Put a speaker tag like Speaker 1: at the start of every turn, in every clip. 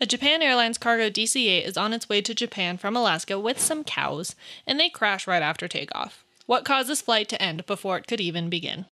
Speaker 1: A Japan Airlines cargo DC 8 is on its way to Japan from Alaska with some cows, and they crash right after takeoff. What caused this flight to end before it could even begin?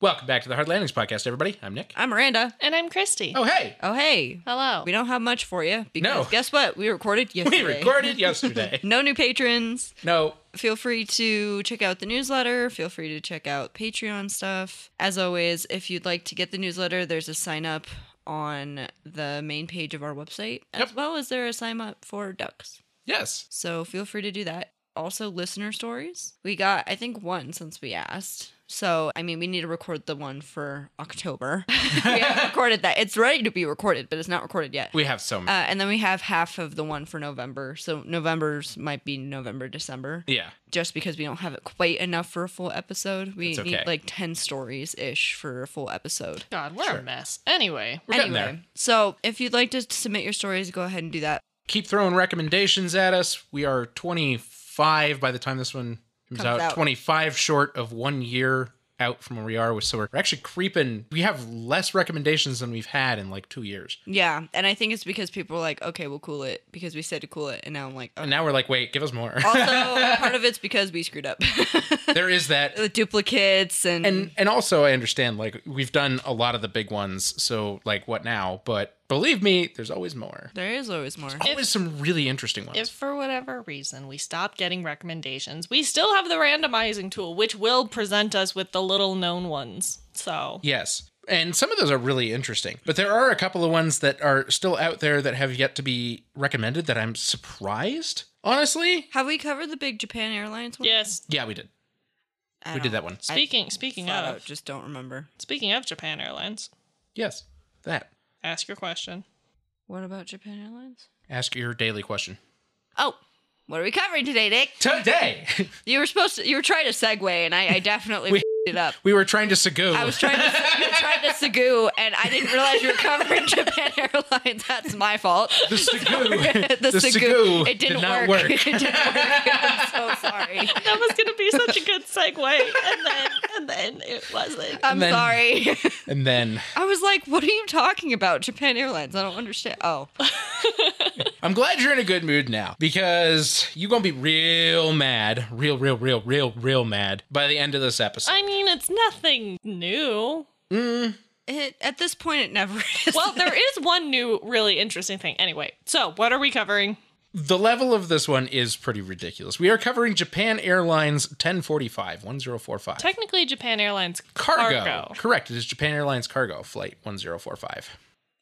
Speaker 2: Welcome back to the Hard Landings Podcast, everybody. I'm Nick.
Speaker 3: I'm Miranda.
Speaker 1: And I'm Christy.
Speaker 2: Oh, hey.
Speaker 3: Oh, hey.
Speaker 1: Hello.
Speaker 3: We don't have much for you because
Speaker 2: No.
Speaker 3: guess what? We recorded
Speaker 2: We
Speaker 3: yesterday.
Speaker 2: recorded yesterday.
Speaker 3: No new patrons.
Speaker 2: No,
Speaker 3: Feel free to check out the newsletter. Feel free to check out Patreon stuff. As always, if you'd like to get the newsletter, there's a sign up on the main page of our website, as
Speaker 2: Yep.
Speaker 3: well as there a sign up for ducks.
Speaker 2: yes.
Speaker 3: So feel free to do that. Also, listener stories. We got, I think, one since we asked. So, I mean, we need to record the one for October. we haven't recorded that. It's ready to be recorded, but it's not recorded yet.
Speaker 2: We have some.
Speaker 3: Uh, and then we have half of the one for November. So, November's might be November, December,
Speaker 2: yeah.
Speaker 3: just because we don't have it quite enough for a full episode. We
Speaker 2: That's okay.
Speaker 3: need like 10 stories ish for a full episode.
Speaker 1: God, we're
Speaker 2: Sure.
Speaker 1: a mess. Anyway,
Speaker 2: We're getting there.
Speaker 3: so if you'd like to submit your stories, go ahead and do that.
Speaker 2: Keep throwing recommendations at us. We are 25 by the time this one comes,
Speaker 3: Comes
Speaker 2: out,
Speaker 3: out.
Speaker 2: 25 short of one year out from where we are. So we're actually creeping. We have less recommendations than we've had in like two years.
Speaker 3: Yeah, and I think it's because people are like, okay, we'll cool it because we said to cool it, and now I'm like, oh.
Speaker 2: And now we're like, wait, give us more.
Speaker 3: also part of it's because we screwed up
Speaker 2: there is that.
Speaker 3: the duplicates and,
Speaker 2: and and also I understand like we've done a lot of the big ones, so like what now? But believe me, there's always more.
Speaker 3: there is always more.
Speaker 2: Always some really interesting ones.
Speaker 1: if for whatever reason we stop getting recommendations, we still have the randomizing tool, which will present us with the little known ones. So,
Speaker 2: yes. And some of those are really interesting. But there are a couple of ones that are still out there that have yet to be recommended that I'm surprised, honestly.
Speaker 3: Have we covered the big Japan Airlines one?
Speaker 1: yes.
Speaker 2: Yeah, we did.
Speaker 3: I
Speaker 2: We
Speaker 3: don't-
Speaker 2: did that one.
Speaker 3: I
Speaker 1: Speaking speaking
Speaker 3: flat
Speaker 1: of
Speaker 3: out just don't remember.
Speaker 1: speaking of Japan Airlines,
Speaker 2: Yes. That.
Speaker 1: ask your question.
Speaker 3: What about Japan Airlines?
Speaker 2: Ask your daily question.
Speaker 3: Oh, what are we covering today, Nick?
Speaker 2: Today,
Speaker 3: You were supposed to. You were trying to segue, and I, I definitely
Speaker 2: We-
Speaker 3: f***ed it up.
Speaker 2: we were trying to Sagoo.
Speaker 3: I was trying to you were trying to segoo, and I didn't realize you were covering Japan Airlines. That's my fault.
Speaker 2: the Sagoo.
Speaker 3: the, Sagoo. It
Speaker 2: did
Speaker 3: didn't
Speaker 2: not
Speaker 3: work.
Speaker 2: work.
Speaker 3: it didn't work. I'm so sorry.
Speaker 1: That was gonna be such a good segue, and then and then it wasn't.
Speaker 3: I'm
Speaker 2: then-
Speaker 3: sorry.
Speaker 2: And then
Speaker 3: I was like, what are you talking about? Japan Airlines. I don't understand. Oh.
Speaker 2: I'm glad you're in a good mood now because you're going to be real mad, real, real, real, real, real mad by the end of this episode.
Speaker 1: I mean, it's nothing new.
Speaker 3: It, at this point, it never is.
Speaker 1: Well, there is one new, really interesting thing. Anyway, so what are we covering?
Speaker 2: The level of this one is pretty ridiculous. We are covering Japan Airlines 1045, 1045.
Speaker 1: Technically, Japan Airlines
Speaker 2: cargo. Correct. It is Japan Airlines Cargo Flight 1045.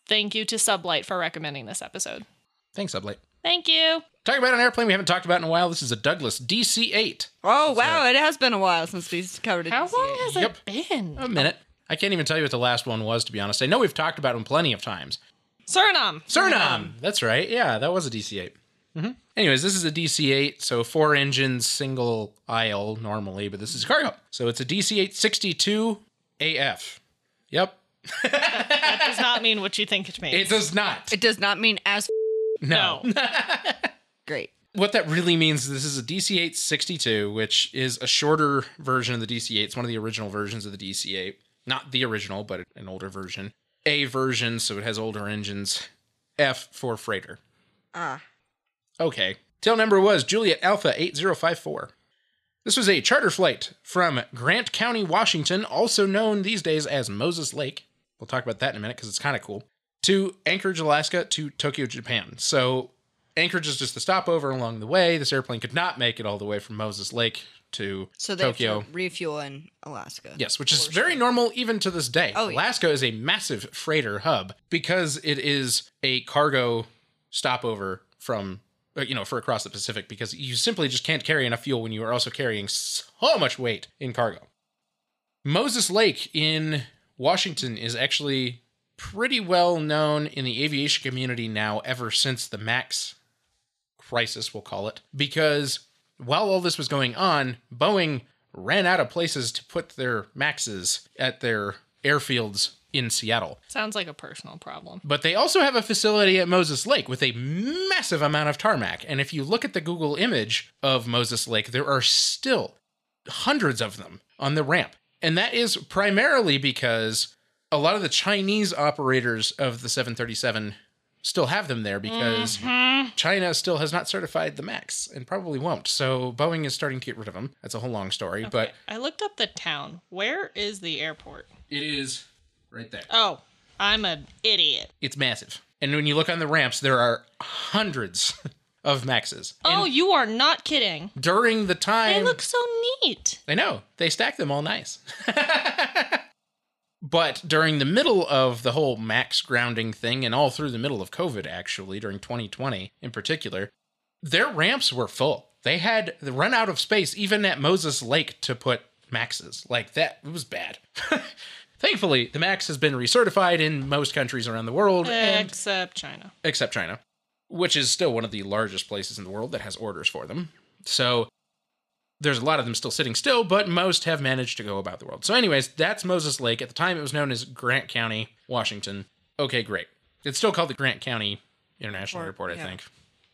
Speaker 1: Thank you to Sublight for recommending this episode.
Speaker 2: Thanks, Ublight.
Speaker 1: Thank you.
Speaker 2: Talking about an airplane we haven't talked about in a while. This is a Douglas DC 8.
Speaker 3: oh, wow. It has been a while since we've covered it.
Speaker 1: How long has
Speaker 2: Yep.
Speaker 1: it been?
Speaker 2: A minute. I can't even tell you what the last one was, to be honest. I know we've talked about them plenty of times.
Speaker 1: Suriname.
Speaker 2: Suriname. That's right. Yeah, that was a DC8. hmm Anyways, this is a DC8, so four engines, single aisle normally, but this is cargo. So it's a DC8 62 AF. Yep.
Speaker 1: That does not mean what you think it means.
Speaker 2: It does not.
Speaker 3: It does not mean as
Speaker 1: no.
Speaker 3: great.
Speaker 2: What that really means is this is a DC8 62, which is a shorter version of the DC8. It's one of the original versions of the DC8. Not the original, but an older version. A version, so it has older engines. F for freighter.
Speaker 3: Ah.
Speaker 2: Okay. Tail number was Juliet Alpha 8054. This was a charter flight from Grant County, Washington, also known these days as Moses Lake. We'll talk about that in a minute because it's kind of cool. To Anchorage, Alaska to Tokyo, Japan. So Anchorage is just the stopover along the way. This airplane could not make it all the way from Moses Lake to
Speaker 3: So they
Speaker 2: Tokyo.
Speaker 3: have to refuel in Alaska.
Speaker 2: Yes, which is very normal even to this day.
Speaker 3: Oh, yeah.
Speaker 2: Alaska is a massive freighter hub because it is a cargo stopover from uh, you know for across the Pacific because you simply just can't carry enough fuel when you are also carrying so much weight in cargo. Moses Lake in Washington is actually pretty well known in the aviation community now ever since the Max crisis, we'll call it, because while all this was going on, Boeing ran out of places to put their Maxes at their airfields in Seattle.
Speaker 1: Sounds like a personal problem.
Speaker 2: But they also have a facility at Moses Lake with a massive amount of tarmac. And if you look at the Google image of Moses Lake, there are still hundreds of them on the ramp. And that is primarily because a lot of the Chinese operators of the 737 still have them there because China still has not certified the MAX and probably won't. So Boeing is starting to get rid of them. That's a whole long story, but
Speaker 1: I looked up the town. Where is the airport?
Speaker 2: it is right there.
Speaker 1: Oh, I'm an idiot.
Speaker 2: It's massive. And when you look on the ramps, there are hundreds of maxes.
Speaker 1: oh, you are not kidding.
Speaker 2: During the time
Speaker 1: They look so neat.
Speaker 2: I know. They stack them all nice. but during the middle of the whole max grounding thing, and all through the middle of COVID, actually, during 2020 in particular, their ramps were full. They had run out of space, even at Moses Lake, to put maxes. Like that, it was bad. Thankfully, the max has been recertified in most countries around the world, and,
Speaker 1: Except China.
Speaker 2: except China, which is still one of the largest places in the world that has orders for them. So there's a lot of them still sitting still, but most have managed to go about the world. So, anyways, that's Moses Lake. At the time, it was known as Grant County, Washington. Okay, great. It's still called the Grant County International
Speaker 3: Or-
Speaker 2: Airport, I
Speaker 3: yeah.
Speaker 2: think,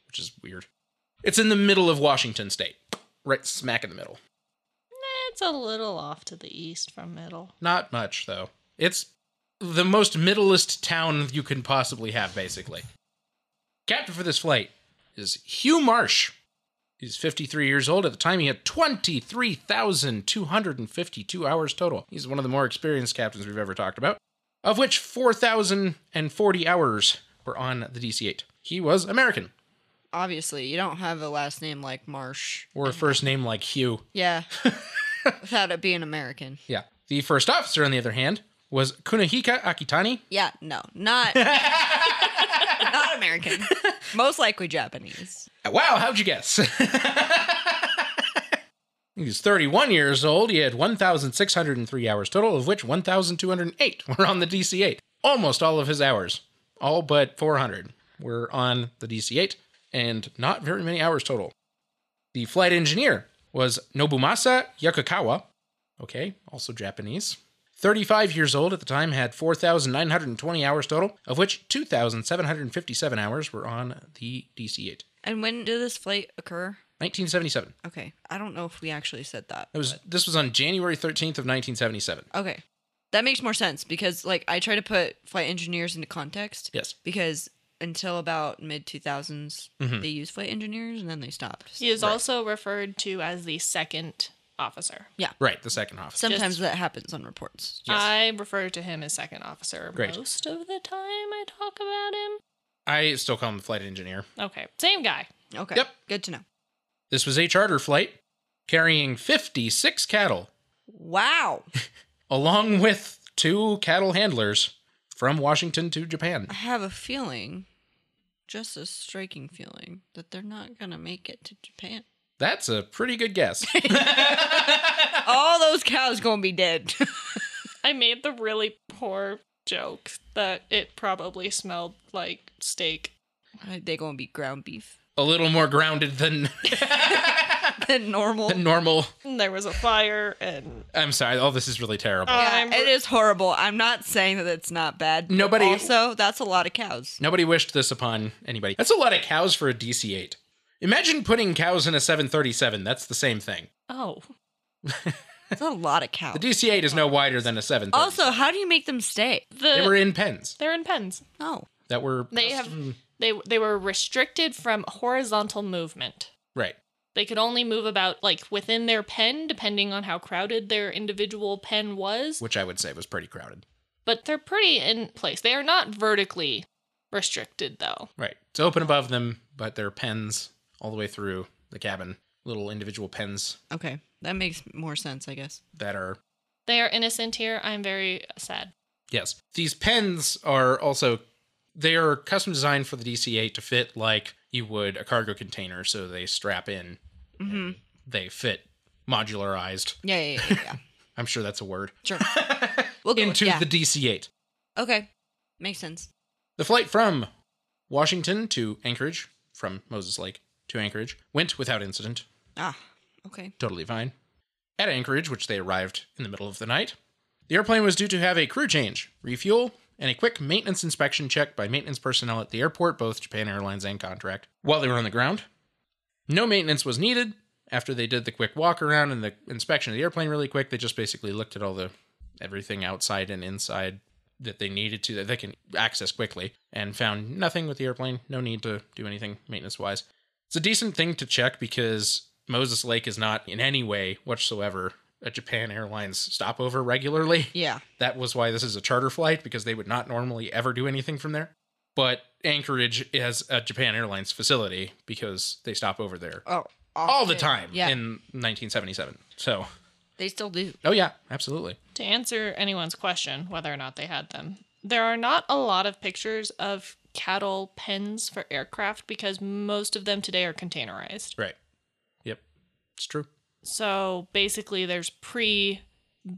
Speaker 2: which is weird. It's in the middle of Washington State, right smack in the middle.
Speaker 1: Eh, It's a little off to the east from middle.
Speaker 2: Not much, though. It's the most middlest town you can possibly have, basically. Captain for this flight is Hugh Marsh. He's 53 years old. At the time, he had 23,252 hours total. He's one of the more experienced captains we've ever talked about, of which 4,040 hours were on the DC 8. He was American,
Speaker 3: Obviously, you don't have a last name like Marsh.
Speaker 2: or a first name like Hugh.
Speaker 3: Yeah. Without it being American.
Speaker 2: Yeah. The first officer, on the other hand, was Kunihika Akitani.
Speaker 3: Yeah, no, not not American. Most likely Japanese.
Speaker 2: Uh, Wow, how'd you guess? he was 31 years old. He had 1,603 hours total, of which 1,208 were on the DC 8. Almost all of his hours, all but 400, were on the DC 8, and not very many hours total. The flight engineer was Nobumasa Yakukawa. Okay, also Japanese. 35 years old at the time, had 4,920 hours total, of which 2,757 hours were on the DC 8.
Speaker 3: And when did this flight occur?
Speaker 2: 1977.
Speaker 3: Okay, I don't know if we actually said that.
Speaker 2: It was this was on January 13th of 1977.
Speaker 3: Okay. That makes more sense because like I try to put flight engineers into context
Speaker 2: Yes.
Speaker 3: because until about mid 2000s they used flight engineers and then they stopped.
Speaker 1: He is also referred to as the second officer.
Speaker 2: Right, the second officer.
Speaker 3: Sometimes
Speaker 1: Just-
Speaker 3: that happens on reports.
Speaker 2: Yes.
Speaker 1: I refer to him as second officer
Speaker 2: Great.
Speaker 1: most of the time I talk about him.
Speaker 2: I still call him the flight engineer.
Speaker 1: Okay, same guy.
Speaker 3: Okay.
Speaker 2: Yep.
Speaker 3: Good to know.
Speaker 2: This was a charter flight carrying 56 cattle
Speaker 3: Wow.
Speaker 2: along with two cattle handlers from Washington to Japan.
Speaker 3: I have a feeling, just a striking feeling, that they're not going to make it to Japan.
Speaker 2: That's a pretty good guess.
Speaker 3: All those cows going to be dead.
Speaker 1: I made the really poor joke that it probably smelled like steak.
Speaker 3: they going to be ground beef
Speaker 2: a little more grounded than,
Speaker 3: than normal.
Speaker 2: than normal.
Speaker 1: And there was a fire and
Speaker 2: I'm sorry. All this is really terrible.
Speaker 1: Uh,
Speaker 3: Yeah,
Speaker 1: I'm-
Speaker 3: it is horrible. I'm not saying that it's not bad. but
Speaker 2: Nobody-
Speaker 3: Also, that's a lot of cows.
Speaker 2: Nobody wished this upon anybody. That's a lot of cows for a DC 8. Imagine putting cows in a 737. That's the same thing.
Speaker 1: oh,
Speaker 3: That's a lot of cows.
Speaker 2: The DC 8 is no wider than a 7.
Speaker 3: also, how do you make them stay?
Speaker 2: they
Speaker 1: the
Speaker 2: were Mm. in pens
Speaker 1: they're in pens.
Speaker 3: Oh,
Speaker 2: that were
Speaker 1: They have they they were restricted from horizontal movement.
Speaker 2: right.
Speaker 1: They could only move about like within their pen depending on how crowded their individual pen was,
Speaker 2: Which I would say was pretty crowded.
Speaker 1: but they're pretty in place. They are not vertically restricted though.
Speaker 2: Right. It's open above them, but there are pens all the way through the cabin. Little individual pens
Speaker 3: okay. That makes more sense, I guess.
Speaker 2: that are
Speaker 1: They are innocent here. I'm very sad.
Speaker 2: yes. These pens are also they are custom designed for the DC-8 to fit like you would a cargo container, so they strap in.
Speaker 3: Mm-hmm.
Speaker 2: They fit modularized.
Speaker 3: Yeah, yeah, yeah. yeah.
Speaker 2: I'm sure that's a word.
Speaker 3: sure. We'll go with-
Speaker 2: Into
Speaker 3: yeah.
Speaker 2: the DC-8.
Speaker 3: Okay. Makes sense.
Speaker 2: The flight from Washington to Anchorage, from Moses Lake to Anchorage, went without incident.
Speaker 3: Ah, okay.
Speaker 2: Totally fine. At Anchorage, which they arrived in the middle of the night, The airplane was due to have a crew change, refuel, and a quick maintenance inspection check by maintenance personnel at the airport, both Japan Airlines and contract, while they were on the ground. No maintenance was needed. After they did the quick walk around and the inspection of the airplane really quick, they just basically looked at all the everything outside and inside that they needed to that they can access quickly and found nothing with the airplane, no need to do anything maintenance wise. It's a decent thing to check because Moses Lake is not in any way whatsoever a Japan Airlines stopover regularly.
Speaker 3: Yeah.
Speaker 2: That was why this is a charter flight because they would not normally ever do anything from there. But Anchorage is a Japan Airlines facility because they stop over there
Speaker 3: Oh,
Speaker 2: all the time
Speaker 3: Yeah.
Speaker 2: in 1977. So,
Speaker 3: they still do.
Speaker 2: oh yeah, absolutely.
Speaker 1: To answer anyone's question, whether or not they had them, there are not a lot of pictures of cattle pens for aircraft because most of them today are containerized.
Speaker 2: Right. Yep. It's true.
Speaker 1: So basically, there's pre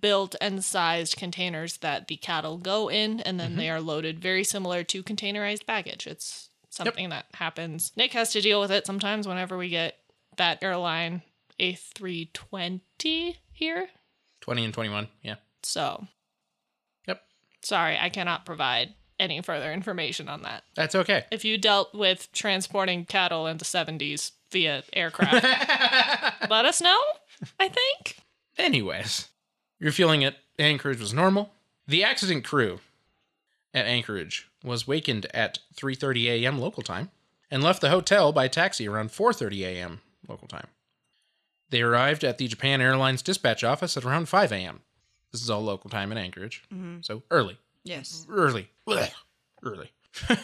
Speaker 1: built and sized containers that the cattle go in, and then they are loaded very similar to containerized baggage. It's something that happens. Nick has to deal with it sometimes whenever we get that airline A320 here.
Speaker 2: 20 and 21. Yeah.
Speaker 1: So
Speaker 2: Yep.
Speaker 1: sorry, I cannot provide any further information on that.
Speaker 2: That's okay.
Speaker 1: If you dealt with transporting cattle in the 70s via aircraft, let us know, I think.
Speaker 2: Anyways, refueling at Anchorage was normal. The accident crew at Anchorage was wakened at 3:30 a.m. local time and left the hotel by taxi around 4:30 a.m. local time. They arrived at the Japan Airlines dispatch office at around 5 a.m. This is all local time in Anchorage, so early
Speaker 3: Yes.
Speaker 2: early, Blech. early.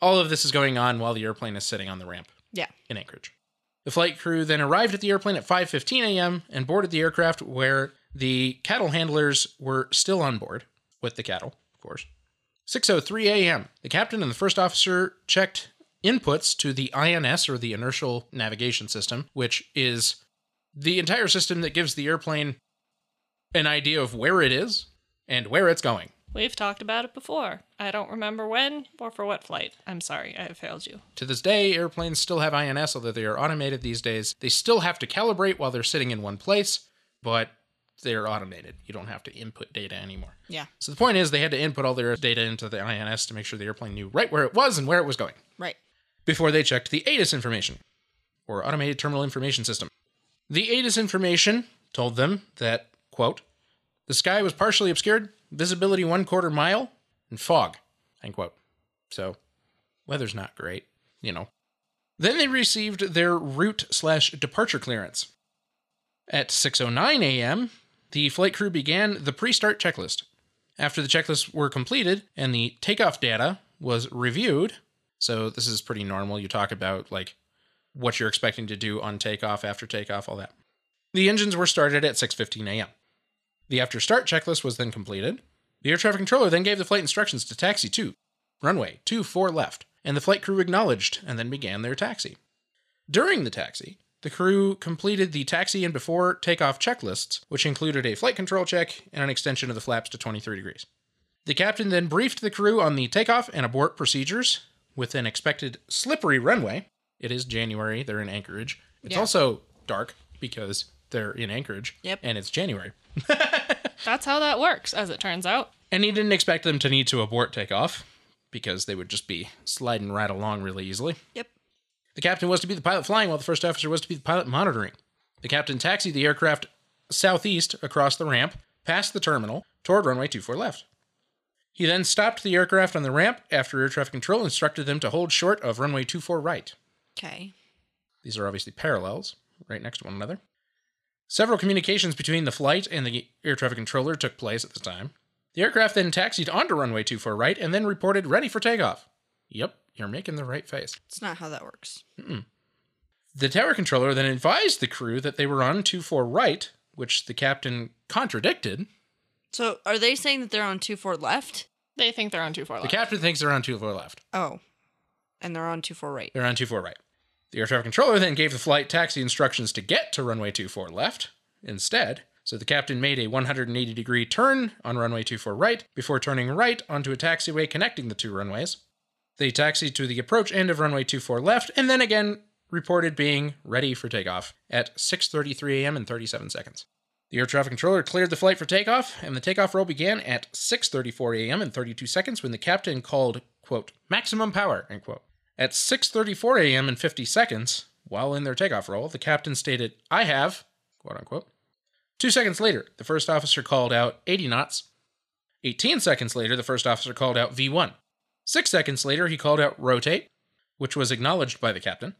Speaker 2: All of this is going on while the airplane is sitting on the ramp.
Speaker 3: Yeah.
Speaker 2: In Anchorage. The flight crew then arrived at the airplane at 5:15 a.m. and boarded the aircraft where the cattle handlers were still on board with the cattle, of course. 6:03 a.m. The captain and the first officer checked inputs to the INS or the inertial navigation system, which is the entire system that gives the airplane an idea of where it is and where it's going.
Speaker 1: We've talked about it before. I don't remember when or for what flight. I'm sorry, I have failed you.
Speaker 2: To this day, airplanes still have INS, although they are automated these days. They still have to calibrate while they're sitting in one place, but they're automated. You don't have to input data anymore.
Speaker 3: Yeah.
Speaker 2: So the point is, they had to input all their data into the INS to make sure the airplane knew right where it was and where it was going
Speaker 3: Right.
Speaker 2: before they checked the ATIS information, or Automated Terminal Information System. The ATIS information told them that, quote, the sky was partially obscured, visibility one quarter mile, and fog, end quote. So, weather's not great, you know. Then they received their route slash departure clearance. At 6.09 a.m., the flight crew began the pre-start checklist. After the checklists were completed and the takeoff data was reviewed, so this is pretty normal. You talk about like what you're expecting to do on takeoff, after takeoff, all that. The engines were started at 6:15 a.m. The after start checklist was then completed. The air traffic controller then gave the flight instructions to taxi 2, runway 24 left, and the flight crew acknowledged and then began their taxi. During the taxi, the crew completed the taxi and before takeoff checklists, which included a flight control check and an extension of the flaps to 23 degrees. The captain then briefed the crew on the takeoff and abort procedures with an expected slippery runway. It is January, they're in Anchorage. It's
Speaker 3: Yeah.
Speaker 2: also dark because they're in Anchorage
Speaker 3: Yep.
Speaker 2: and it's January.
Speaker 1: That's how that works, as it turns out.
Speaker 2: And he didn't expect them to need to abort takeoff because they would just be sliding right along really easily.
Speaker 3: Yep.
Speaker 2: The captain was to be the pilot flying, while the first officer was to be the pilot monitoring. The captain taxied the aircraft southeast across the ramp, past the terminal, toward runway 24 left. He then stopped the aircraft on the ramp after air traffic control instructed them to hold short of runway 24 right.
Speaker 3: Okay.
Speaker 2: These are obviously parallels, right next to one another. Several communications between the flight and the air traffic controller took place at the time. The aircraft then taxied onto runway 24 right and then reported ready for takeoff. Yep, you're making the right face.
Speaker 3: It's not how that works.
Speaker 2: The tower controller then advised the crew that they were on 24 right, which the captain contradicted.
Speaker 3: So are they saying that they're on two four left?
Speaker 1: They think they're on too far
Speaker 2: The
Speaker 1: left.
Speaker 2: captain thinks they're on 24 left.
Speaker 3: Oh. And they're on two four right.
Speaker 2: They're on 24 right. The air traffic controller then gave the flight taxi instructions to get to runway 24 left instead. So the captain made a 180 degree turn on runway 24 right before turning right onto a taxiway connecting the two runways. They taxied to the approach end of runway 24 left and then again reported being ready for takeoff at 6:33 a.m. and 37 seconds. The air traffic controller cleared the flight for takeoff, and the takeoff roll began at 6:34 a.m. and 32 seconds when the captain called, quote, "maximum power," end quote. At 6:34 a.m. and 50 seconds, while in their takeoff roll, the captain stated, "I have," quote unquote. 2 seconds later, the first officer called out 80 knots. 18 seconds later, the first officer called out V1. 6 seconds later, he called out rotate, which was acknowledged by the captain,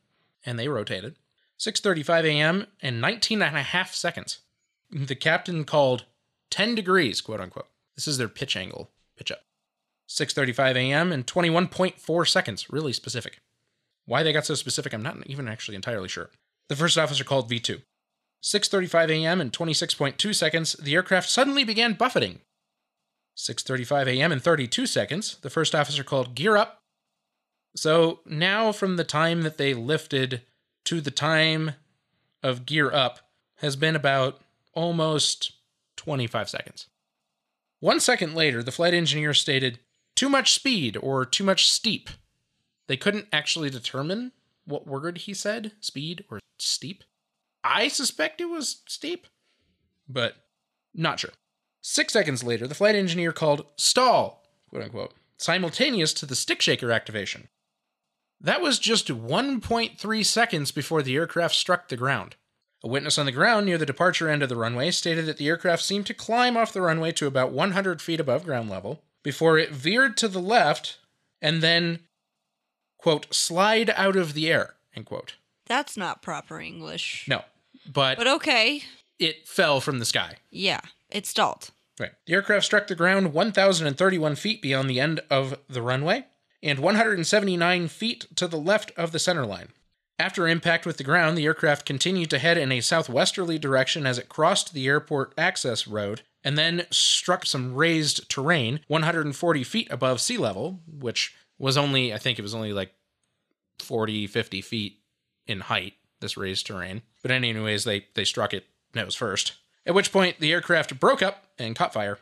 Speaker 2: and they rotated. 6:35 a.m. and 19 and a half seconds the captain called 10 degrees, quote unquote. This is their pitch angle, pitch up. 6:35 a.m. and 21.4 seconds, really specific. Why they got so specific, I'm not even actually entirely sure. The first officer called V2. 6:35 a.m. and 26.2 seconds, the aircraft suddenly began buffeting. 6:35 a.m. and 32 seconds, the first officer called gear up. So, now from the time that they lifted to the time of gear up has been about almost 25 seconds. One second later, the flight engineer stated, too much speed or too much steep. They couldn't actually determine what word he said speed or steep. I suspect it was steep, but not sure. Six seconds later, the flight engineer called stall, quote unquote, simultaneous to the stick shaker activation. That was just 1.3 seconds before the aircraft struck the ground. A witness on the ground near the departure end of the runway stated that the aircraft seemed to climb off the runway to about 100 feet above ground level before it veered to the left and then, quote, slide out of the air, end quote.
Speaker 3: That's not proper English.
Speaker 2: No, but,
Speaker 3: But okay.
Speaker 2: it fell from the sky.
Speaker 3: Yeah, it stalled.
Speaker 2: Right. The aircraft struck the ground 1,031 feet beyond the end of the runway and 179 feet to the left of the center line. After impact with the ground, the aircraft continued to head in a southwesterly direction as it crossed the airport access road and then struck some raised terrain 140 feet above sea level, which was only, I think it was only like 40, 50 feet in height, this raised terrain. But anyways, they, they struck it nose first. At which point, the aircraft broke up and caught fire.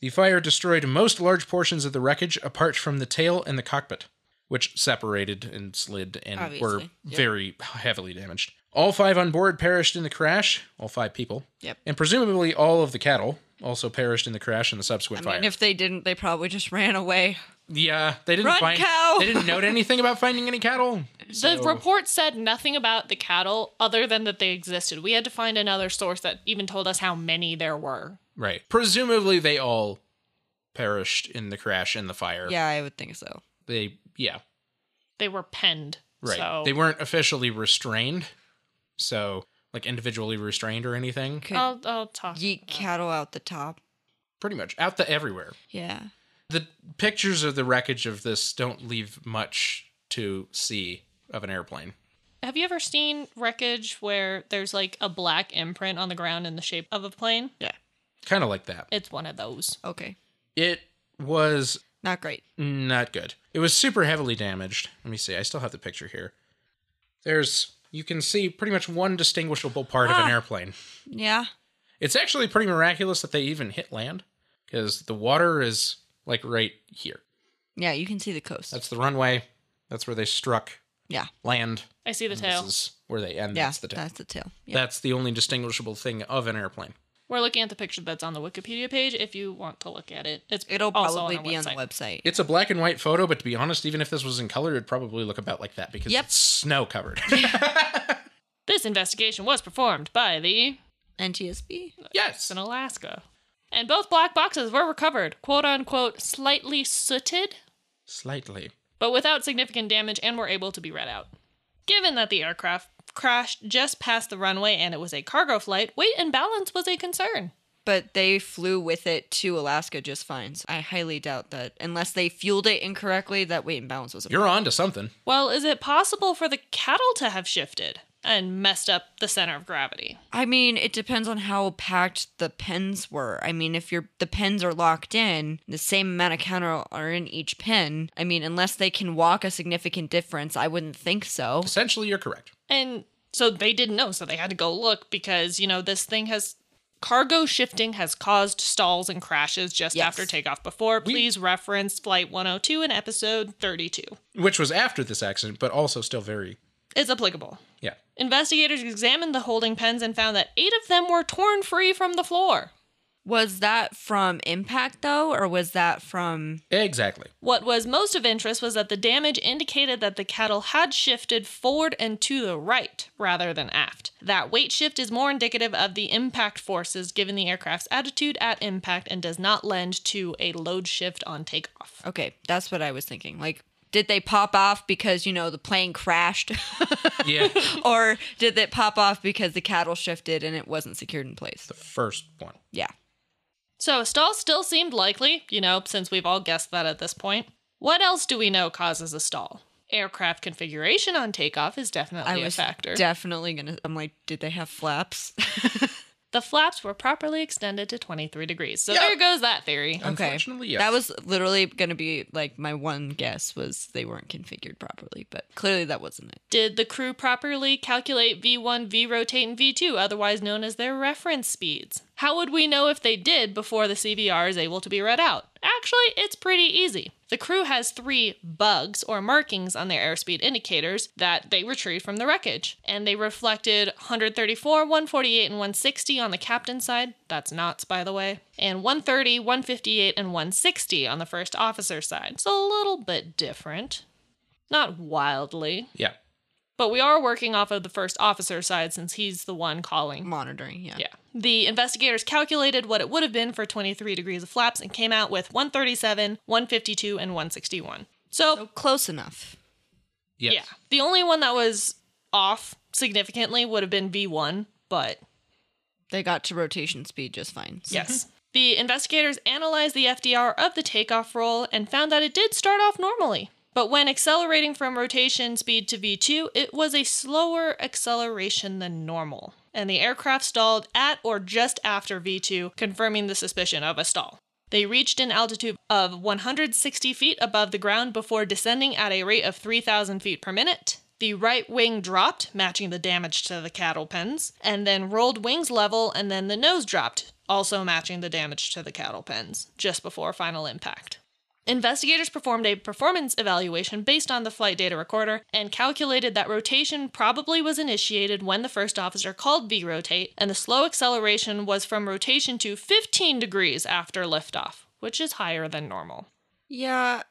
Speaker 2: The fire destroyed most large portions of the wreckage apart from the tail and the cockpit, which separated and slid and were
Speaker 3: Obviously, yep.
Speaker 2: very heavily damaged. All five on board perished in the crash, all five people.
Speaker 3: Yep.
Speaker 2: And presumably all of the cattle also perished in the crash and the subsequent fire.
Speaker 3: And if they didn't, they probably just ran away.
Speaker 2: yeah, they didn't
Speaker 3: Run,
Speaker 2: find
Speaker 3: cow!
Speaker 2: they didn't note anything about finding any cattle.
Speaker 1: The
Speaker 2: so-
Speaker 1: report said nothing about the cattle other than that they existed. We had to find another source that even told us how many there were.
Speaker 2: Right. Presumably they all perished in the crash and the fire.
Speaker 3: Yeah, I would think so.
Speaker 2: They yeah.
Speaker 1: They were penned.
Speaker 2: Right.
Speaker 1: So
Speaker 2: They weren't officially restrained. So like individually restrained or anything.
Speaker 3: Could
Speaker 1: I'll, I'll talk.
Speaker 3: yeet cattle out the top.
Speaker 2: Pretty much. Out the everywhere.
Speaker 3: Yeah.
Speaker 2: The pictures of the wreckage of this don't leave much to see of an airplane.
Speaker 1: Have you ever seen wreckage where there's like a black imprint on the ground in the shape of a plane?
Speaker 3: Yeah.
Speaker 2: Kinda like that.
Speaker 1: It's one of those.
Speaker 3: Okay.
Speaker 2: It was
Speaker 3: Not great.
Speaker 2: not good. It was super heavily damaged. Let me see. I still have the picture here. There's you can see pretty much one distinguishable part of an
Speaker 3: Ah.
Speaker 2: airplane.
Speaker 3: Yeah.
Speaker 2: It's actually pretty miraculous that they even hit land because the water is like right here.
Speaker 3: Yeah, you can see the coast.
Speaker 2: That's the runway. That's where they struck
Speaker 3: yeah.
Speaker 2: land.
Speaker 1: I see the
Speaker 2: And
Speaker 1: tail.
Speaker 2: Mm, This is where they end.
Speaker 3: yeah,
Speaker 2: that's the tail.
Speaker 3: That's the tail. Yeah.
Speaker 2: That's the only distinguishable thing of an airplane.
Speaker 1: We're looking at the picture that's on the Wikipedia page. If you want to look at it, it's
Speaker 3: It'll
Speaker 1: also
Speaker 3: probably
Speaker 1: on our
Speaker 3: be on the
Speaker 1: website.
Speaker 3: website.
Speaker 2: It's a black and white photo, but to be honest, even if this was in color, it'd probably look about like that because
Speaker 3: Yep.
Speaker 2: it's snow covered.
Speaker 1: This investigation was performed by the
Speaker 3: NTSB?
Speaker 2: yes.
Speaker 1: in Alaska, and both black boxes were recovered, quote unquote, slightly sooted,
Speaker 2: Slightly.
Speaker 1: but without significant damage, and were able to be read out. Given that the aircraft crashed just past the runway and it was a cargo flight, weight and balance was a concern.
Speaker 3: But they flew with it to Alaska just fine. So I highly doubt that unless they fueled it incorrectly, that weight and balance was a
Speaker 2: You're on to something.
Speaker 1: Well, is it possible for the cattle to have shifted and messed up the center of gravity?
Speaker 3: I mean, it depends on how packed the pens were. I mean, if your the pens are locked in, the same amount of counter are in each pen. I mean, unless they can walk a significant difference, I wouldn't think so.
Speaker 2: Essentially, you're correct.
Speaker 1: And so they didn't know, so they had to go look because, you know, this thing has cargo shifting has caused stalls and crashes just
Speaker 3: Yes.
Speaker 1: after takeoff before. Please reference flight 102 in episode 32.
Speaker 2: Which was after this accident, but also still very
Speaker 1: it's applicable.
Speaker 2: Yeah.
Speaker 1: Investigators examined the holding pens and found that eight of them were torn free from the floor.
Speaker 3: Was that from impact though, or was that from?
Speaker 2: Exactly.
Speaker 1: What was most of interest was that the damage indicated that the cattle had shifted forward and to the right rather than aft. That weight shift is more indicative of the impact forces given the aircraft's attitude at impact and does not lend to a load shift on takeoff.
Speaker 3: Okay, that's what I was thinking. Like, did they pop off because you know the plane crashed,
Speaker 2: Yeah.
Speaker 3: or did it pop off because the cattle shifted and it wasn't secured in place?
Speaker 2: the first one.
Speaker 3: Yeah.
Speaker 1: So a stall still seemed likely, you know, since we've all guessed that at this point. What else do we know causes a stall? Aircraft configuration on takeoff is definitely
Speaker 3: I was
Speaker 1: a factor.
Speaker 3: definitely gonna. I'm like, did they have flaps?
Speaker 1: the flaps were properly extended to 23 degrees. So
Speaker 2: Yeah.
Speaker 1: there goes that theory.
Speaker 2: Unfortunately, yes.
Speaker 3: That was literally gonna be like my one guess was they weren't configured properly, but clearly that wasn't it.
Speaker 1: Did the crew properly calculate V1, V rotate, and V2, otherwise known as their reference speeds? How would we know if they did before the CVR is able to be read out? Actually, it's pretty easy. The crew has three bugs or markings on their airspeed indicators that they retrieved from the wreckage, and they reflected 134, 148, and 160 on the captain's side. That's knots, by the way, and 130, 158, and 160 on the first officer's side. It's a little bit different. Not wildly,
Speaker 2: yeah.
Speaker 1: but we are working off of the first officer side since he's the one
Speaker 3: Mm.
Speaker 1: calling.
Speaker 3: Monitoring, yeah.
Speaker 1: Yeah. The investigators calculated what it would have been for 23 degrees of flaps and came out with 137, 152, and 161. So,
Speaker 3: So close enough.
Speaker 2: Yes.
Speaker 1: yeah. The only one that was off significantly would have been V1, but
Speaker 3: They got to rotation speed just fine. So-
Speaker 1: yes. The investigators analyzed the FDR of the takeoff roll and found that it did start off normally. But when accelerating from rotation speed to V2, it was a slower acceleration than normal. And the aircraft stalled at or just after V2, confirming the suspicion of a stall. They reached an altitude of 160 feet above the ground before descending at a rate of 3,000 feet per minute. The right wing dropped, matching the damage to the cattle pens, and then rolled wings level, and then the nose dropped, also matching the damage to the cattle pens, just before final impact. Investigators performed a performance evaluation based on the flight data recorder and calculated that rotation probably was initiated when the first officer called V rotate, and the slow acceleration was from rotation to 15 degrees after liftoff, which is higher than normal.
Speaker 3: Yeah.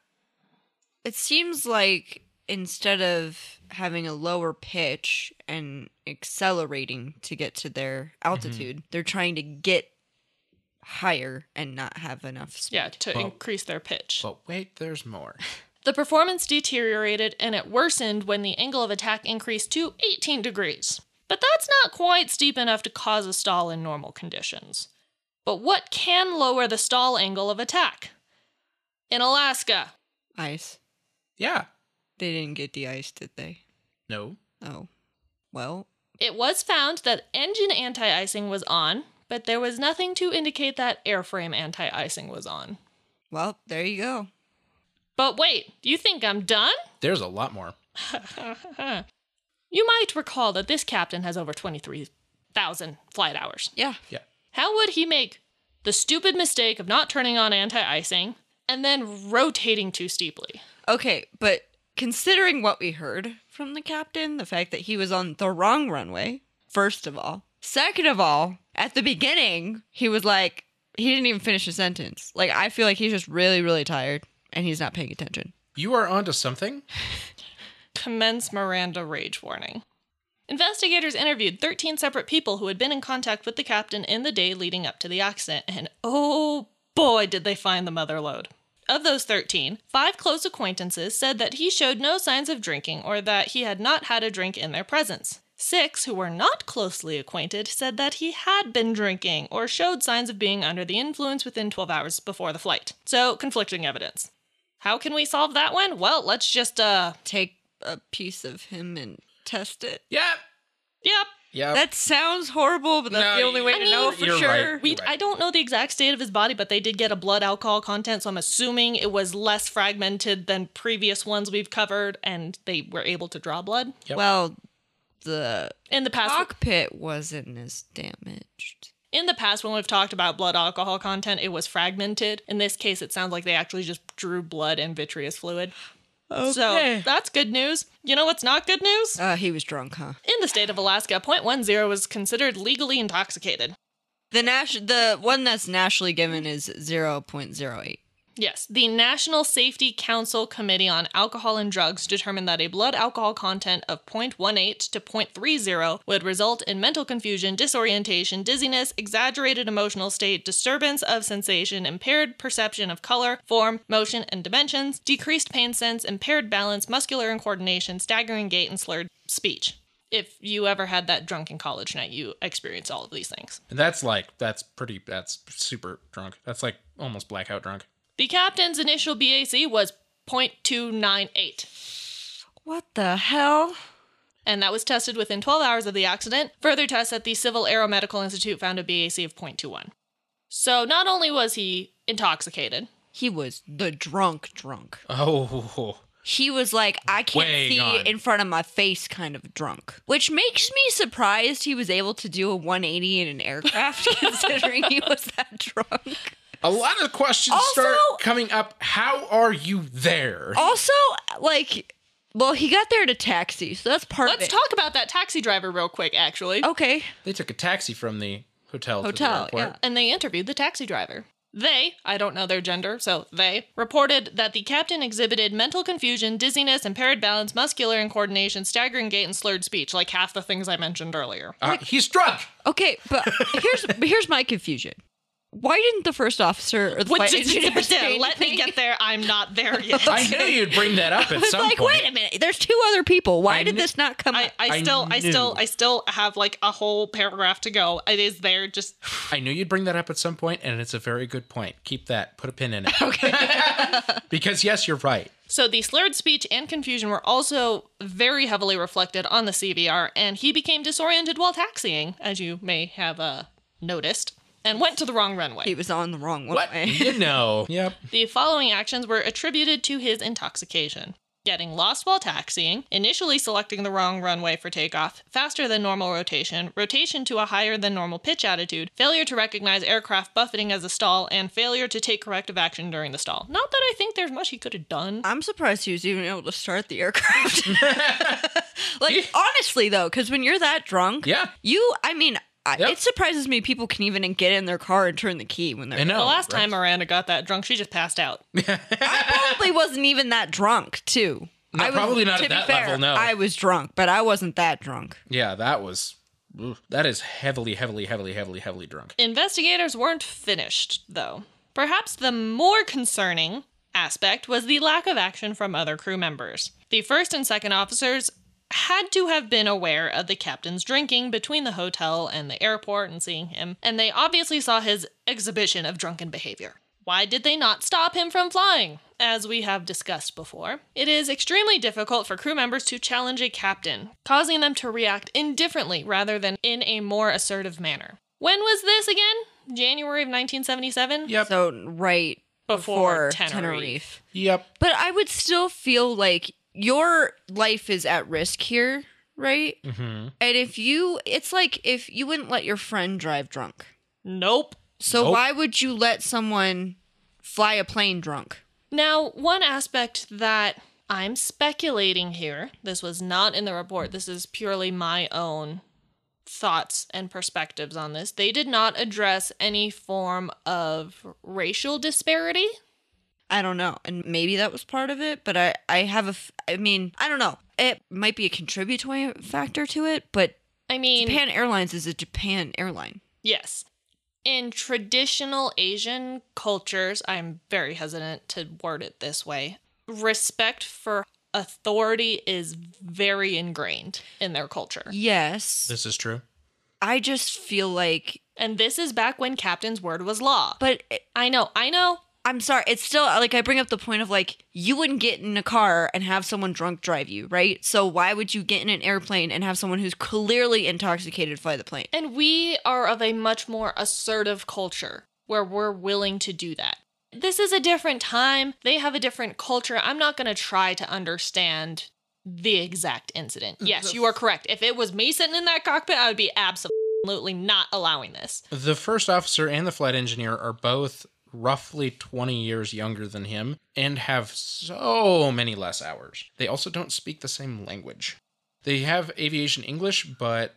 Speaker 3: It seems like instead of having a lower pitch and accelerating to get to their altitude, they're trying to get higher and not have enough speed.
Speaker 1: Yeah, to
Speaker 2: Well-
Speaker 1: increase their pitch.
Speaker 2: But wait, there's more.
Speaker 1: The performance deteriorated and it worsened when the angle of attack increased to 18 degrees. But that's not quite steep enough to cause a stall in normal conditions. But what can lower the stall angle of attack? In Alaska,
Speaker 3: Ice.
Speaker 2: Yeah.
Speaker 3: They didn't get the ice, did they?
Speaker 2: No.
Speaker 3: Oh. Well,
Speaker 1: it was found that engine anti icing was on, but there was nothing to indicate that airframe anti icing was on.
Speaker 3: well, there you go.
Speaker 1: But wait, you think I'm done?
Speaker 2: There's a lot more.
Speaker 1: You might recall that this captain has over 23,000 flight hours.
Speaker 3: Yeah.
Speaker 2: Yeah.
Speaker 1: How would he make the stupid mistake of not turning on anti icing and then rotating too steeply?
Speaker 3: Okay, but considering what we heard from the captain, the fact that he was on the wrong runway, first of all. Second of all, at the beginning, he was like, he didn't even finish a sentence. Like, I feel like he's just really, really tired and he's not paying attention.
Speaker 2: You are onto something.
Speaker 1: Commence Miranda rage warning. Investigators interviewed 13 separate people who had been in contact with the captain in the day leading up to the accident, and oh boy, did they find the mother lode. Of those 13, five close acquaintances said that he showed no signs of drinking or that he had not had a drink in their presence. Six, who were not closely acquainted, said that he had been drinking or showed signs of being under the influence within 12 hours before the flight. So, conflicting evidence. How can we solve that one? Well, let's just, uh,
Speaker 3: Take a piece of him and test it.
Speaker 2: Yeah.
Speaker 1: yep,
Speaker 2: Yeah.
Speaker 3: That sounds horrible, but that's
Speaker 2: No,
Speaker 3: the only way
Speaker 1: I
Speaker 3: to
Speaker 1: mean-
Speaker 3: know for
Speaker 2: You're right.
Speaker 3: sure.
Speaker 1: We,
Speaker 2: Right.
Speaker 1: I don't know the exact state of his body, but they did get a blood alcohol content, so I'm assuming it was less fragmented than previous ones we've covered, and they were able to draw blood
Speaker 2: Yep.
Speaker 3: Well, the
Speaker 1: in the past.
Speaker 3: cockpit wasn't as damaged.
Speaker 1: In the past, when we've talked about blood alcohol content, it was fragmented. In this case, it sounds like they actually just drew blood and vitreous fluid. So that's good news. You know what's not good news?
Speaker 3: Uh, he was drunk, huh?
Speaker 1: In the state of Alaska, 0.10 was considered legally intoxicated.
Speaker 3: The Nash, the one that's nationally given is 0.08.
Speaker 1: Yes, the National Safety Council Committee on Alcohol and Drugs determined that a blood alcohol content of 0.18 to 0.30 would result in mental confusion, disorientation, dizziness, exaggerated emotional state, disturbance of sensation, impaired perception of color, form, motion, and dimensions, decreased pain sense, impaired balance, muscular and coordination, staggering gait, and slurred speech. If you ever had that drunken college night, you experience all of these things.
Speaker 2: And that's like that's pretty that's super drunk. That's like almost blackout drunk.
Speaker 1: The captain's initial BAC was 0.298,
Speaker 3: What the hell?
Speaker 1: and that was tested within 12 hours of the accident. Further tests at the Civil Aeromedical Institute found a BAC of 0.21. So not only was he intoxicated,
Speaker 3: He was the drunk drunk.
Speaker 2: Oh,
Speaker 3: He was like, I can't
Speaker 2: Way
Speaker 3: see
Speaker 2: gone.
Speaker 3: in front of my face kind of drunk. Which makes me surprised he was able to do a 180 in an aircraft considering he was that drunk.
Speaker 2: a lot of questions
Speaker 3: Also-
Speaker 2: start coming up. How are you there?
Speaker 3: Also, like, well, he got there in a taxi, so that's part
Speaker 1: let's
Speaker 3: of it.
Speaker 1: talk about that taxi driver real quick, actually.
Speaker 3: okay.
Speaker 2: They took a taxi from the hotel,
Speaker 3: Hotel,
Speaker 2: to the airport.
Speaker 1: And they interviewed the taxi driver. They, I don't know their gender, so they, reported that the captain exhibited mental confusion, dizziness, impaired balance, muscular incoordination, staggering gait, and slurred speech, like half the things I mentioned earlier.
Speaker 2: Uh, he's drunk.
Speaker 3: Okay, but here's but here's my confusion. Why didn't the first officer or the
Speaker 1: What
Speaker 3: flight
Speaker 1: did you
Speaker 3: engineer
Speaker 1: do
Speaker 3: say
Speaker 1: there? Let me
Speaker 3: anything?
Speaker 1: get there. I'm not there yet.
Speaker 2: I knew you'd bring that up at
Speaker 3: It's
Speaker 2: some
Speaker 3: like,
Speaker 2: point.
Speaker 3: wait a minute. There's two other people. Why
Speaker 2: I kn-
Speaker 3: did this not come
Speaker 1: I,
Speaker 3: up?
Speaker 1: I
Speaker 2: I
Speaker 1: still, I still,
Speaker 2: knew.
Speaker 1: I still have like a whole paragraph to go. It is there. Just
Speaker 2: I knew you'd bring that up at some point, and it's a very good point. Keep that. Put a pin in it.
Speaker 3: Okay.
Speaker 2: because yes, you're right.
Speaker 1: so the slurred speech and confusion were also very heavily reflected on the CVR, and he became disoriented while taxiing, as you may have uh, noticed, and went to the wrong runway.
Speaker 3: He was on the wrong one.
Speaker 2: What? you know. Yep.
Speaker 1: The following actions were attributed to his intoxication getting lost while taxiing, initially selecting the wrong runway for takeoff, faster than normal rotation, rotation to a higher than normal pitch attitude, failure to recognize aircraft buffeting as a stall, and failure to take corrective action during the stall. Not that I think there's much he could have done.
Speaker 3: I'm surprised he was even able to start the aircraft. like honestly though, because when you're that drunk,
Speaker 2: Yeah.
Speaker 3: you. I mean, I,
Speaker 2: Yep.
Speaker 3: it surprises me people can even get in their car and turn the key when they're.
Speaker 2: I know.
Speaker 1: the last
Speaker 2: right?
Speaker 1: time Miranda got that drunk, she just passed out.
Speaker 3: probably wasn't even that drunk too.
Speaker 2: No,
Speaker 3: I was,
Speaker 2: probably not
Speaker 3: to
Speaker 2: at
Speaker 3: be
Speaker 2: that
Speaker 3: fair,
Speaker 2: level, no.
Speaker 3: I was drunk, but I wasn't that drunk.
Speaker 2: Yeah, that was. oof, that is heavily, heavily, heavily, heavily, heavily drunk.
Speaker 1: Investigators weren't finished, though. Perhaps the more concerning aspect was the lack of action from other crew members. The first and second officers had to have been aware of the captain's drinking between the hotel and the airport and seeing him, and they obviously saw his exhibition of drunken behavior. Why did they not stop him from flying? As we have discussed before, it is extremely difficult for crew members to challenge a captain, causing them to react indifferently rather than in a more assertive manner. When was this again? January of 1977?
Speaker 2: Yep.
Speaker 3: So right
Speaker 1: Before
Speaker 3: before,
Speaker 1: Tenerife.
Speaker 3: Tenerife.
Speaker 2: Yep.
Speaker 3: But I would still feel like your life is at risk here, right?
Speaker 2: hmm
Speaker 3: And if you, it's like if you wouldn't let your friend drive drunk.
Speaker 1: Nope.
Speaker 3: So
Speaker 2: Nope.
Speaker 3: why would you let someone fly a plane drunk?
Speaker 1: Now, one aspect that I'm speculating here, this was not in the report, this is purely my own thoughts and perspectives on this. They did not address any form of racial disparity.
Speaker 3: I don't know. And maybe that was part of it, but I, I have a, f- I mean, I don't know. It might be a contributory factor to it, but
Speaker 1: I mean,
Speaker 3: Japan Airlines is a Japan airline.
Speaker 1: Yes. In traditional Asian cultures, I'm very hesitant to word it this way. Respect for authority is very ingrained in their culture.
Speaker 3: Yes.
Speaker 2: This is true.
Speaker 3: I just feel like,
Speaker 1: And this is back when captain's word was law.
Speaker 3: but it-
Speaker 1: I know, I know.
Speaker 3: I'm sorry. It's still like I bring up the point of like you wouldn't get in a car and have someone drunk drive you, right? So why would you get in an airplane and have someone who's clearly intoxicated fly the plane?
Speaker 1: And we are of a much more assertive culture where we're willing to do that. This is a different time. They have a different culture. I'm not going to try to understand the exact incident. Yes, you are correct. If it was me sitting in that cockpit, I would be absolutely not allowing this.
Speaker 2: The first officer and the flight engineer are both roughly 20 years younger than him and have so many less hours. They also don't speak the same language. They have aviation English, but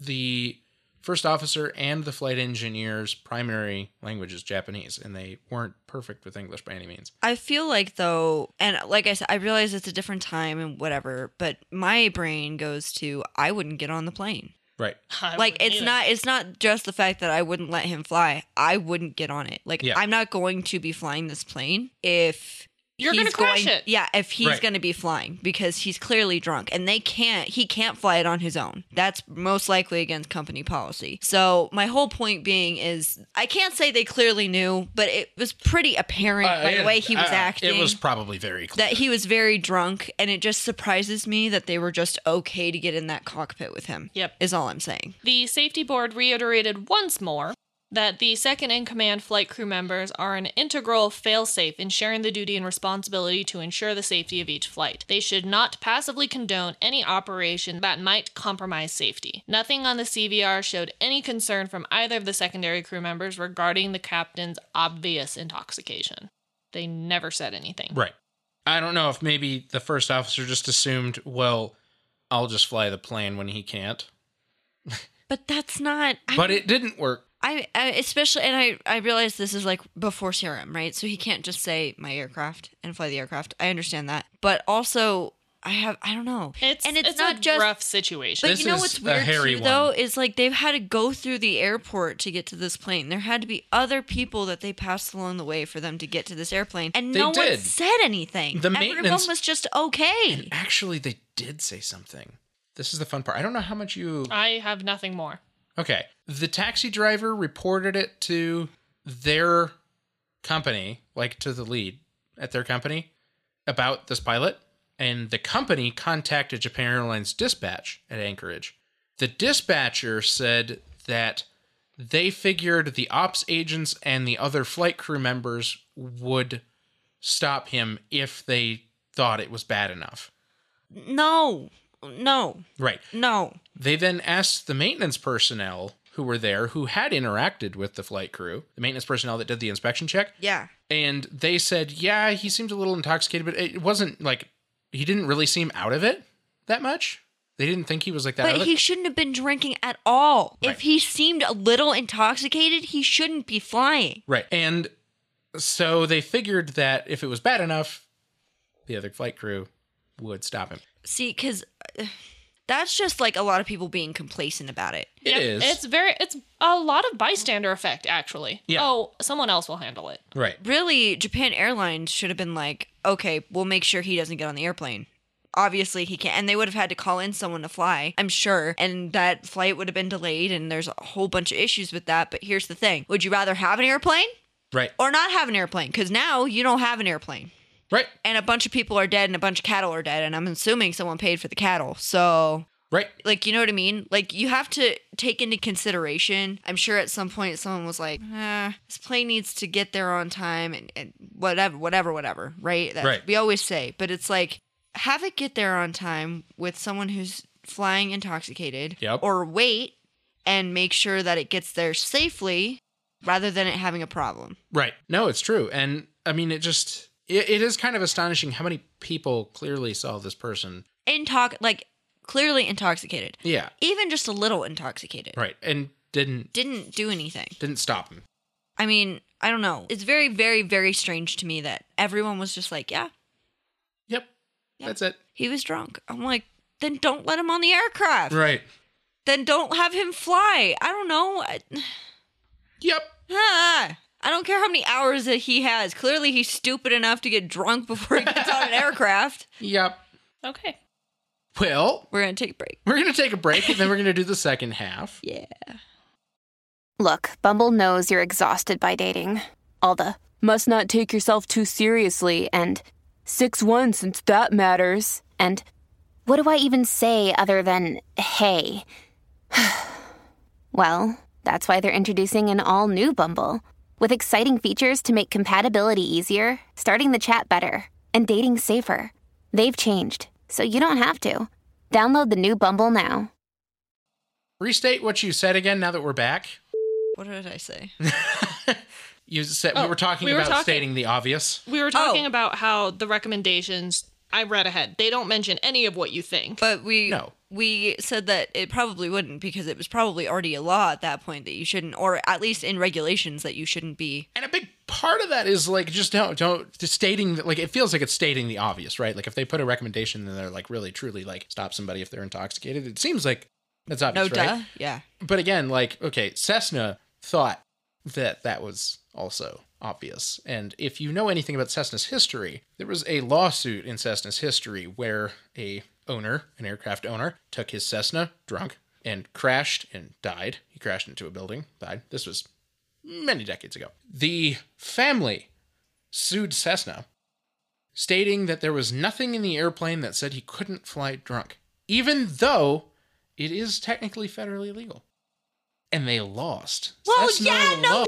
Speaker 2: the first officer and the flight engineer's primary language is Japanese, and they weren't perfect with English by any means.
Speaker 3: I feel like though, and like I said, I realize it's a different time and whatever, but my brain goes to I wouldn't get on the plane.
Speaker 2: Right.
Speaker 1: I
Speaker 3: like
Speaker 1: wouldn't
Speaker 3: it's
Speaker 1: either.
Speaker 3: not it's not just the fact that I wouldn't let him fly. I wouldn't get on it. Like
Speaker 2: Yeah.
Speaker 3: I'm not going to be flying this plane if
Speaker 1: You're
Speaker 3: he's
Speaker 1: gonna crash
Speaker 3: going-
Speaker 1: it.
Speaker 3: Yeah, if he's
Speaker 2: Right.
Speaker 3: going to be flying because he's clearly drunk and they can't he can't fly it on his own. That's most likely against company policy. So my whole point being is I can't say they clearly knew, but it was pretty apparent by the way he was
Speaker 2: Uh,
Speaker 3: acting.
Speaker 2: It was probably very clear.
Speaker 3: that he was very drunk, and it just surprises me that they were just okay to get in that cockpit with him.
Speaker 1: Yep.
Speaker 3: Is all I'm saying.
Speaker 1: The safety board reiterated once more that the second in command flight crew members are an integral failsafe in sharing the duty and responsibility to ensure the safety of each flight. They should not passively condone any operation that might compromise safety. Nothing on the CVR showed any concern from either of the secondary crew members regarding the captain's obvious intoxication. They never said anything.
Speaker 2: Right. I don't know if maybe the first officer just assumed, well, I'll just fly the plane when he can't.
Speaker 3: But that's not. I
Speaker 2: But it didn't work.
Speaker 3: I, I especially, and I, I realize this is like before CRM, right? So he can't just say my aircraft and fly the aircraft. I understand that, but also I have, I don't know.
Speaker 1: It's,
Speaker 3: and it's,
Speaker 1: it's
Speaker 3: not
Speaker 1: a
Speaker 3: just.
Speaker 1: rough situation.
Speaker 3: but
Speaker 2: This
Speaker 3: you know
Speaker 2: is
Speaker 3: what's
Speaker 2: a
Speaker 3: weird
Speaker 2: hairy
Speaker 3: too, though,
Speaker 2: one.
Speaker 3: is like they've had to go through the airport to get to this plane. There had to be other people that they passed along the way for them to get to this airplane, and
Speaker 2: They
Speaker 3: no one
Speaker 2: did.
Speaker 3: said anything.
Speaker 2: The
Speaker 3: Everyone
Speaker 2: maintenance-
Speaker 3: was just okay.
Speaker 2: Actually, they did say something. This is the fun part. I don't know how much you.
Speaker 1: I have nothing more.
Speaker 2: Okay. The taxi driver reported it to their company, like to the lead at their company, about this pilot. And the company contacted Japan Airlines dispatch at Anchorage. The dispatcher said that they figured the ops agents and the other flight crew members would stop him if they thought it was bad enough.
Speaker 3: No, no,
Speaker 2: Right.
Speaker 3: no.
Speaker 2: They then asked the maintenance personnel who were there, who had interacted with the flight crew, the maintenance personnel that did the inspection check,
Speaker 3: Yeah.
Speaker 2: and they said, "Yeah, he seemed a little intoxicated, but it wasn't like he didn't really seem out of it that much. They didn't think he was like that." out
Speaker 3: But
Speaker 2: of
Speaker 3: he
Speaker 2: it.
Speaker 3: shouldn't have been drinking at all.
Speaker 2: Right.
Speaker 3: If he seemed a little intoxicated, he shouldn't be flying.
Speaker 2: right, and so they figured that if it was bad enough, the other flight crew would stop him.
Speaker 3: See, because that's just like a lot of people being complacent about it.
Speaker 2: It is
Speaker 1: It's very. It's a lot of bystander effect, actually.
Speaker 2: Yeah.
Speaker 1: Oh, someone else will handle it.
Speaker 2: right.
Speaker 3: Really, Japan Airlines should have been like, okay, we'll make sure he doesn't get on the airplane. Obviously, he can't. And they would have had to call in someone to fly, I'm sure. And that flight would have been delayed, and there's a whole bunch of issues with that. But here's the thing would you rather have an airplane
Speaker 2: Right,
Speaker 3: or not have an airplane? Because now you don't have an airplane.
Speaker 2: right,
Speaker 3: and a bunch of people are dead and a bunch of cattle are dead and i'm assuming someone paid for the cattle so
Speaker 2: right.
Speaker 3: like you know what i mean like you have to take into consideration i'm sure at some point someone was like eh, this plane needs to get there on time and, and whatever whatever whatever right That's,
Speaker 2: Right.
Speaker 3: we always say but it's like have it get there on time with someone who's flying intoxicated
Speaker 2: Yep.
Speaker 3: or wait and make sure that it gets there safely rather than it having a problem
Speaker 2: Right. No, it's true. And I mean, it just, it, it is kind of astonishing how many people clearly saw this person.
Speaker 3: intox like clearly intoxicated
Speaker 2: Yeah.
Speaker 3: even just a little intoxicated
Speaker 2: Right. And didn't,
Speaker 3: didn't do anything
Speaker 2: didn't stop him.
Speaker 3: i mean i don't know it's very very very strange to me that everyone was just like yeah
Speaker 2: Yep.
Speaker 3: Yeah.
Speaker 2: That's it.
Speaker 3: he was drunk i'm like then don't let him on the aircraft
Speaker 2: Right.
Speaker 3: then don't have him fly i don't know I,
Speaker 2: Yep.
Speaker 3: Ah, I don't care how many hours that he has clearly he's stupid enough to get drunk before he gets on an aircraft
Speaker 2: Yep.
Speaker 1: Okay.
Speaker 2: Well,
Speaker 3: we're gonna take a break
Speaker 2: we're going to take a break and then we're going to do the second half.
Speaker 3: yeah
Speaker 4: Look, Bumble knows you're exhausted by dating. All the must not take yourself too seriously and 6 1 since that matters. And what do I even say other than hey? well, that's why they're introducing an all new Bumble with exciting features to make compatibility easier, starting the chat better, and dating safer. They've changed, so you don't have to. Download the new Bumble now.
Speaker 2: Restate what you said again now that we're back.
Speaker 3: what did i say
Speaker 2: You said we
Speaker 1: Oh,
Speaker 2: were talking
Speaker 1: we were
Speaker 2: about
Speaker 1: talking-
Speaker 2: stating the obvious.
Speaker 1: We were
Speaker 2: Oh.
Speaker 1: talking about how the recommendations I read ahead, they don't mention any of what you think.
Speaker 3: But we
Speaker 2: No.
Speaker 3: we said that it probably wouldn't because it was probably already a law at that point that you shouldn't, or at least in regulations that you shouldn't be.
Speaker 2: And a big part of that is like just don't don't just stating that like it feels like it's stating the obvious, right? Like if they put a recommendation and they're like really truly like stop somebody if they're intoxicated, it seems like that's
Speaker 3: No
Speaker 2: obvious, right?
Speaker 3: duh. Yeah.
Speaker 2: But again, like okay, Cessna thought that that was also obvious. And if you know anything about Cessna's history, there was a lawsuit in Cessna's history where a owner, an aircraft owner, took his Cessna drunk and crashed and died. He crashed into a building, died. This was many decades ago. The family sued Cessna, stating that there was nothing in the airplane that said he couldn't fly drunk, even though it is technically federally illegal. And they lost.
Speaker 3: Well, yeah, no-
Speaker 2: lo-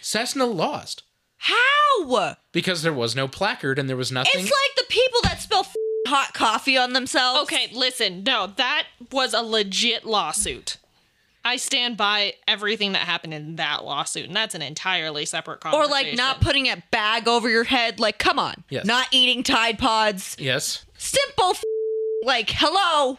Speaker 2: Cessna lost
Speaker 3: How?
Speaker 2: because there was no placard and there was nothing.
Speaker 3: It's like the people that spill f- hot coffee on themselves.
Speaker 1: Okay, listen, no, that was a legit lawsuit. I stand by everything that happened in that lawsuit, and that's an entirely separate
Speaker 3: Or
Speaker 1: conversation.
Speaker 3: like not putting a bag over your head. Like, come on.
Speaker 2: Yes.
Speaker 3: Not eating Tide Pods.
Speaker 2: yes.
Speaker 3: Simple. F- like, hello.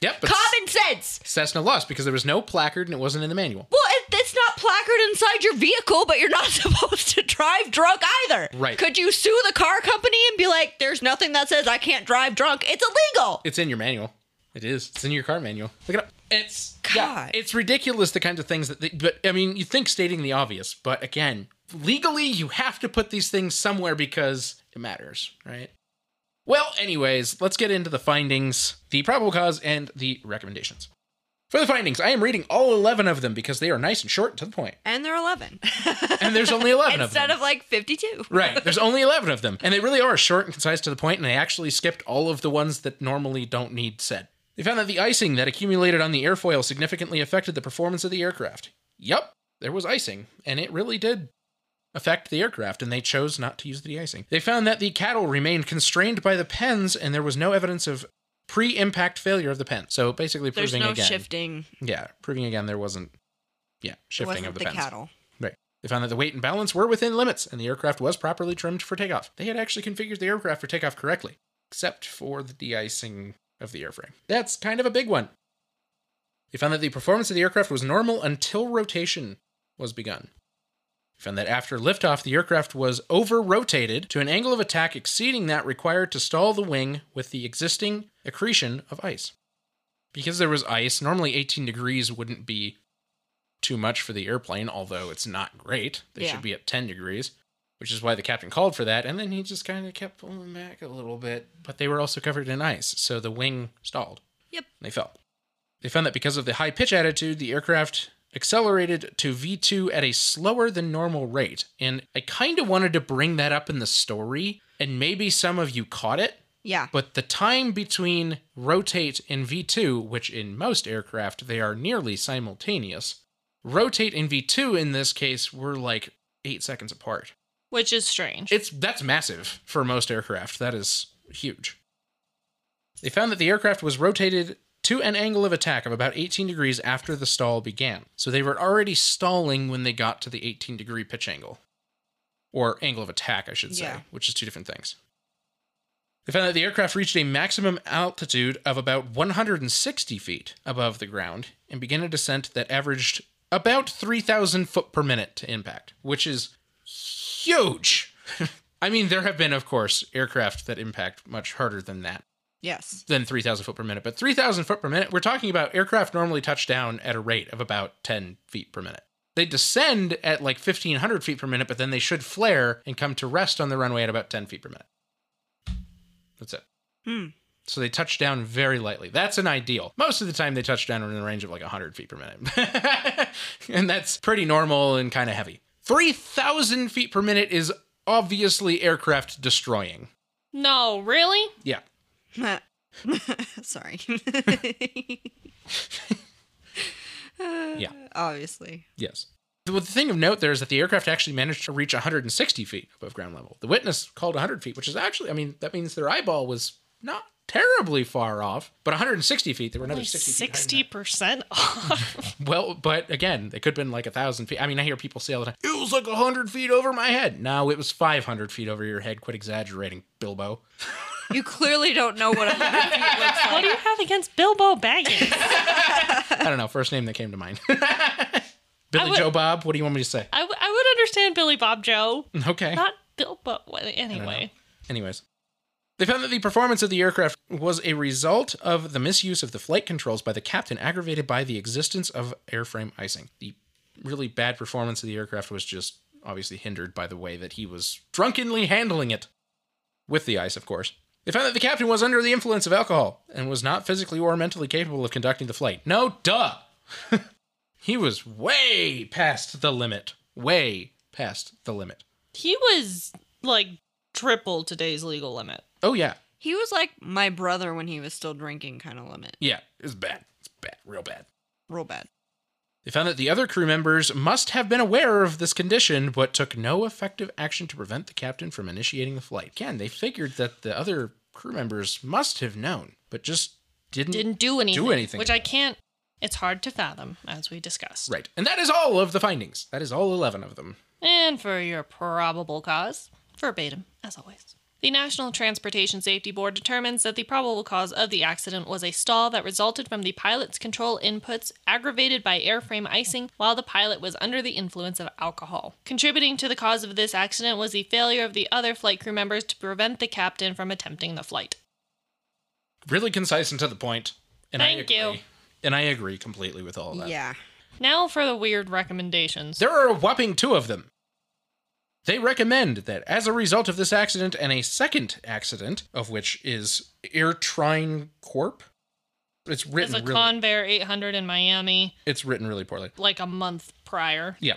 Speaker 2: Yep. But
Speaker 3: Common sense.
Speaker 2: Cessna lost because there was no placard and it wasn't in the manual.
Speaker 3: Well, it, it's not placard inside your vehicle, but you're not supposed to drive drunk either.
Speaker 2: Right.
Speaker 3: Could you sue the car company and be like, there's nothing that says I can't drive drunk? It's illegal.
Speaker 2: It's in your manual. It is. It's in your car manual. Look it up. It's yeah.
Speaker 3: God.
Speaker 2: It's ridiculous the kinds of things that. They, but I mean, you think stating the obvious, but again, legally, you have to put these things somewhere because it matters, right? Well, anyways, let's get into the findings, the probable cause, and the recommendations. For the findings, I am reading all eleven of them because they are nice and short and to the point.
Speaker 3: and they're 11.
Speaker 2: And there's only eleven of them.
Speaker 3: Instead of like 52.
Speaker 2: Right. There's only 11 of them. And they really are short and concise to the point, and they actually skipped all of the ones that normally don't need said. They found that the icing that accumulated on the airfoil significantly affected the performance of the aircraft. Yup, there was icing, and it really did affect the aircraft, and they chose not to use the icing. They found that the cattle remained constrained by the pens, and there was no evidence of pre impact failure of the pen. So basically
Speaker 3: There's
Speaker 2: proving
Speaker 3: no
Speaker 2: again.
Speaker 3: shifting.
Speaker 2: Yeah, proving again there wasn't. Yeah,
Speaker 3: It
Speaker 2: shifting
Speaker 3: wasn't
Speaker 2: of the,
Speaker 3: the
Speaker 2: pens.
Speaker 3: cattle.
Speaker 2: Right. They found that the weight and balance were within limits, and the aircraft was properly trimmed for takeoff. They had actually configured the aircraft for takeoff correctly, except for the de-icing of the airframe. That's kind of a big one. They found that the performance of the aircraft was normal until rotation was begun. They found that after liftoff, the aircraft was over-rotated to an angle of attack exceeding that required to stall the wing with the existing accretion of ice. Because there was ice, normally 18 degrees wouldn't be too much for the airplane, although it's not great. They
Speaker 3: Yeah.
Speaker 2: should be at 10 degrees, which is why the captain called for that. And then he just kind of kept pulling back a little bit. But they were also covered in ice, so the wing stalled.
Speaker 3: Yep.
Speaker 2: and They fell. They found that because of the high pitch attitude, the aircraft accelerated to V2 at a slower than normal rate. And I kind of wanted to bring that up in the story, and maybe some of you caught it.
Speaker 3: Yeah.
Speaker 2: But the time between rotate and V2, which in most aircraft they are nearly simultaneous, rotate and V2 in this case were like eight seconds apart.
Speaker 1: Which is strange.
Speaker 2: It's that's massive for most aircraft. That is huge. They found that the aircraft was rotated to an angle of attack of about 18 degrees after the stall began. So they were already stalling when they got to the 18 degree pitch angle. Or angle of attack, I should say,
Speaker 3: Yeah.
Speaker 2: which is two different things. They found that the aircraft reached a maximum altitude of about 160 feet above the ground and began a descent that averaged about 3,000 foot per minute to impact, which is huge. I mean, there have been, of course, aircraft that impact much harder than that,
Speaker 3: Yes.
Speaker 2: than 3,000 foot per minute. But 3,000 foot per minute, we're talking about aircraft normally touch down at a rate of about 10 feet per minute. They descend at like 1,500 feet per minute, but then they should flare and come to rest on the runway at about 10 feet per minute. That's it.
Speaker 3: Hmm.
Speaker 2: So they touch down very lightly. That's an ideal. Most of the time, they touch down in the range of like 100 feet per minute. and that's pretty normal and kind of heavy. 3,000 feet per minute is obviously aircraft destroying.
Speaker 1: No, really?
Speaker 2: Yeah.
Speaker 3: Sorry.
Speaker 2: Yeah.
Speaker 3: Obviously.
Speaker 2: Yes. The, the thing of note there is that the aircraft actually managed to reach 160 feet above ground level. The witness called 100 feet, which is actually, I mean, that means their eyeball was not terribly far off, but 160 feet. There were another 60 feet. behind
Speaker 1: Sixty percent off.
Speaker 2: that. Well, but again, it could have been like a thousand feet. I mean, I hear people say all the time, it was like a hundred feet over my head. No, it was 500 feet over your head. Quit exaggerating, Bilbo.
Speaker 3: You clearly don't know what a hundred feet looks
Speaker 1: what
Speaker 3: like.
Speaker 1: do you have against Bilbo Baggins?
Speaker 2: I don't know. First name that came to mind. Billy
Speaker 1: would-
Speaker 2: Joe Bob. What do you want me to say?
Speaker 1: I, w- I would understand Billy Bob Joe,
Speaker 2: Okay.
Speaker 1: not Bilbo. Well, anyway,
Speaker 2: Anyways, they found that the performance of the aircraft was a result of the misuse of the flight controls by the captain, aggravated by the existence of airframe icing. The really bad performance of the aircraft was just obviously hindered by the way that he was drunkenly handling it with the ice, of course. They found that the captain was under the influence of alcohol and was not physically or mentally capable of conducting the flight. No, duh. he was way past the limit. Way past the limit.
Speaker 1: he was like triple today's legal limit.
Speaker 2: Oh, yeah.
Speaker 3: He was like my brother when he was still drinking, kind of limit.
Speaker 2: Yeah, it's bad. It's bad, real bad.
Speaker 3: Real bad.
Speaker 2: They found that the other crew members must have been aware of this condition, but took no effective action to prevent the captain from initiating the flight. Again, they figured that the other crew members must have known, but just didn't.
Speaker 1: Didn't do anything.
Speaker 2: anything.
Speaker 1: Which I can't. It's hard to fathom, as we discussed.
Speaker 2: Right. And that is all of the findings. That is all 11 of them.
Speaker 1: And for your probable cause, verbatim, as always. The National Transportation Safety Board determines that the probable cause of the accident was a stall that resulted from the pilot's control inputs aggravated by airframe icing while the pilot was under the influence of alcohol. Contributing to the cause of this accident was the failure of the other flight crew members to prevent the captain from attempting the flight.
Speaker 2: Really concise and to the point. And I
Speaker 1: Thank you.
Speaker 2: agree. And I agree completely with all of that.
Speaker 3: Yeah.
Speaker 1: Now for the weird recommendations.
Speaker 2: There are a whopping two of them. They recommend that as a result of this accident and a second accident, of which is Airtrine Corp. It's
Speaker 1: There's
Speaker 2: written
Speaker 1: a
Speaker 2: really,
Speaker 1: Convair 800 in Miami,
Speaker 2: it's written really poorly.
Speaker 1: like a month prior.
Speaker 2: Yeah.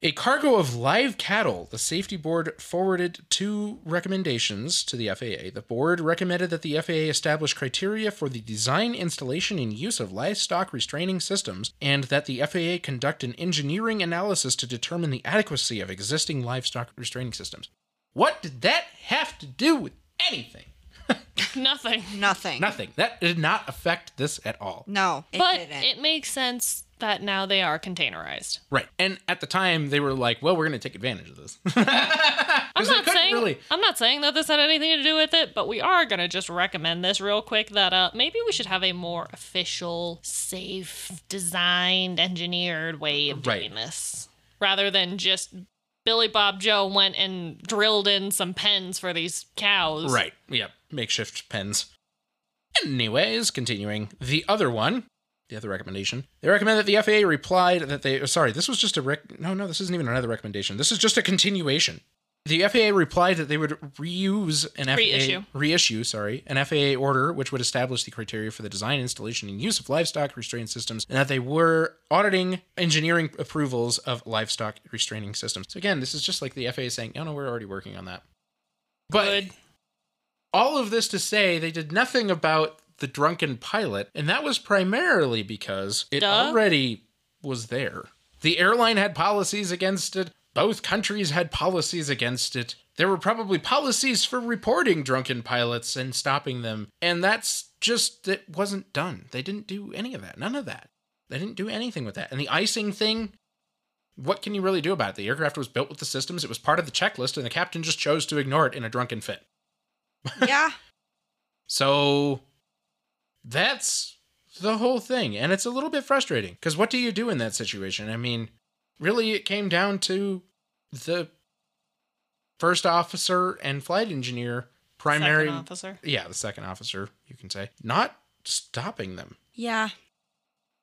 Speaker 2: A cargo of live cattle, the safety board forwarded two recommendations to the FAA. The board recommended that the FAA establish criteria for the design, installation, and use of livestock restraining systems, and that the FAA conduct an engineering analysis to determine the adequacy of existing livestock restraining systems. What did that have to do with anything?
Speaker 1: Nothing.
Speaker 3: Nothing.
Speaker 2: Nothing. That did not affect this at all.
Speaker 3: No. It
Speaker 1: but
Speaker 3: didn't.
Speaker 1: it makes sense that now they are containerized.
Speaker 2: Right. And at the time, they were like, well, we're going to take advantage of this.
Speaker 1: I'm
Speaker 2: they
Speaker 1: not
Speaker 2: couldn't
Speaker 1: saying
Speaker 2: really-
Speaker 1: I'm not saying that this had anything to do with it, but we are gonna just recommend this real quick that uh maybe we should have a more official, safe, designed, engineered way of doing
Speaker 2: Right.
Speaker 1: this. Rather than just Billy Bob Joe went and drilled in some pens for these cows.
Speaker 2: Right. Yep. Makeshift pens. Anyways, continuing the other one, the other recommendation. They recommend that the FAA replied that they. oh, Sorry, this was just a rec. No, no, this isn't even another recommendation. This is just a continuation. The FAA replied that they would reuse an FAA
Speaker 1: Reissue.
Speaker 2: reissue, sorry, an FAA order which would establish the criteria for the design, installation, and use of livestock restraint systems, and that they were auditing engineering approvals of livestock restraining systems. So again, this is just like the FAA saying, "Oh, "No, no, we're already working on that." But
Speaker 1: Good.
Speaker 2: all of this to say they did nothing about the drunken pilot, and that was primarily because it
Speaker 1: Duh.
Speaker 2: already was there. The airline had policies against it, both countries had policies against it. There were probably policies for reporting drunken pilots and stopping them, and that's just it wasn't done. They didn't do any of that, none of that. They didn't do anything with that. And the icing thing, what can you really do about it? The aircraft was built with the systems, it was part of the checklist, and the captain just chose to ignore it in a drunken fit.
Speaker 3: yeah.
Speaker 2: So that's the whole thing. And it's a little bit frustrating because what do you do in that situation? I mean, really, it came down to the first officer and flight engineer, primary.
Speaker 1: Second officer.
Speaker 2: Yeah, the second officer, you can say, not stopping them
Speaker 3: Yeah.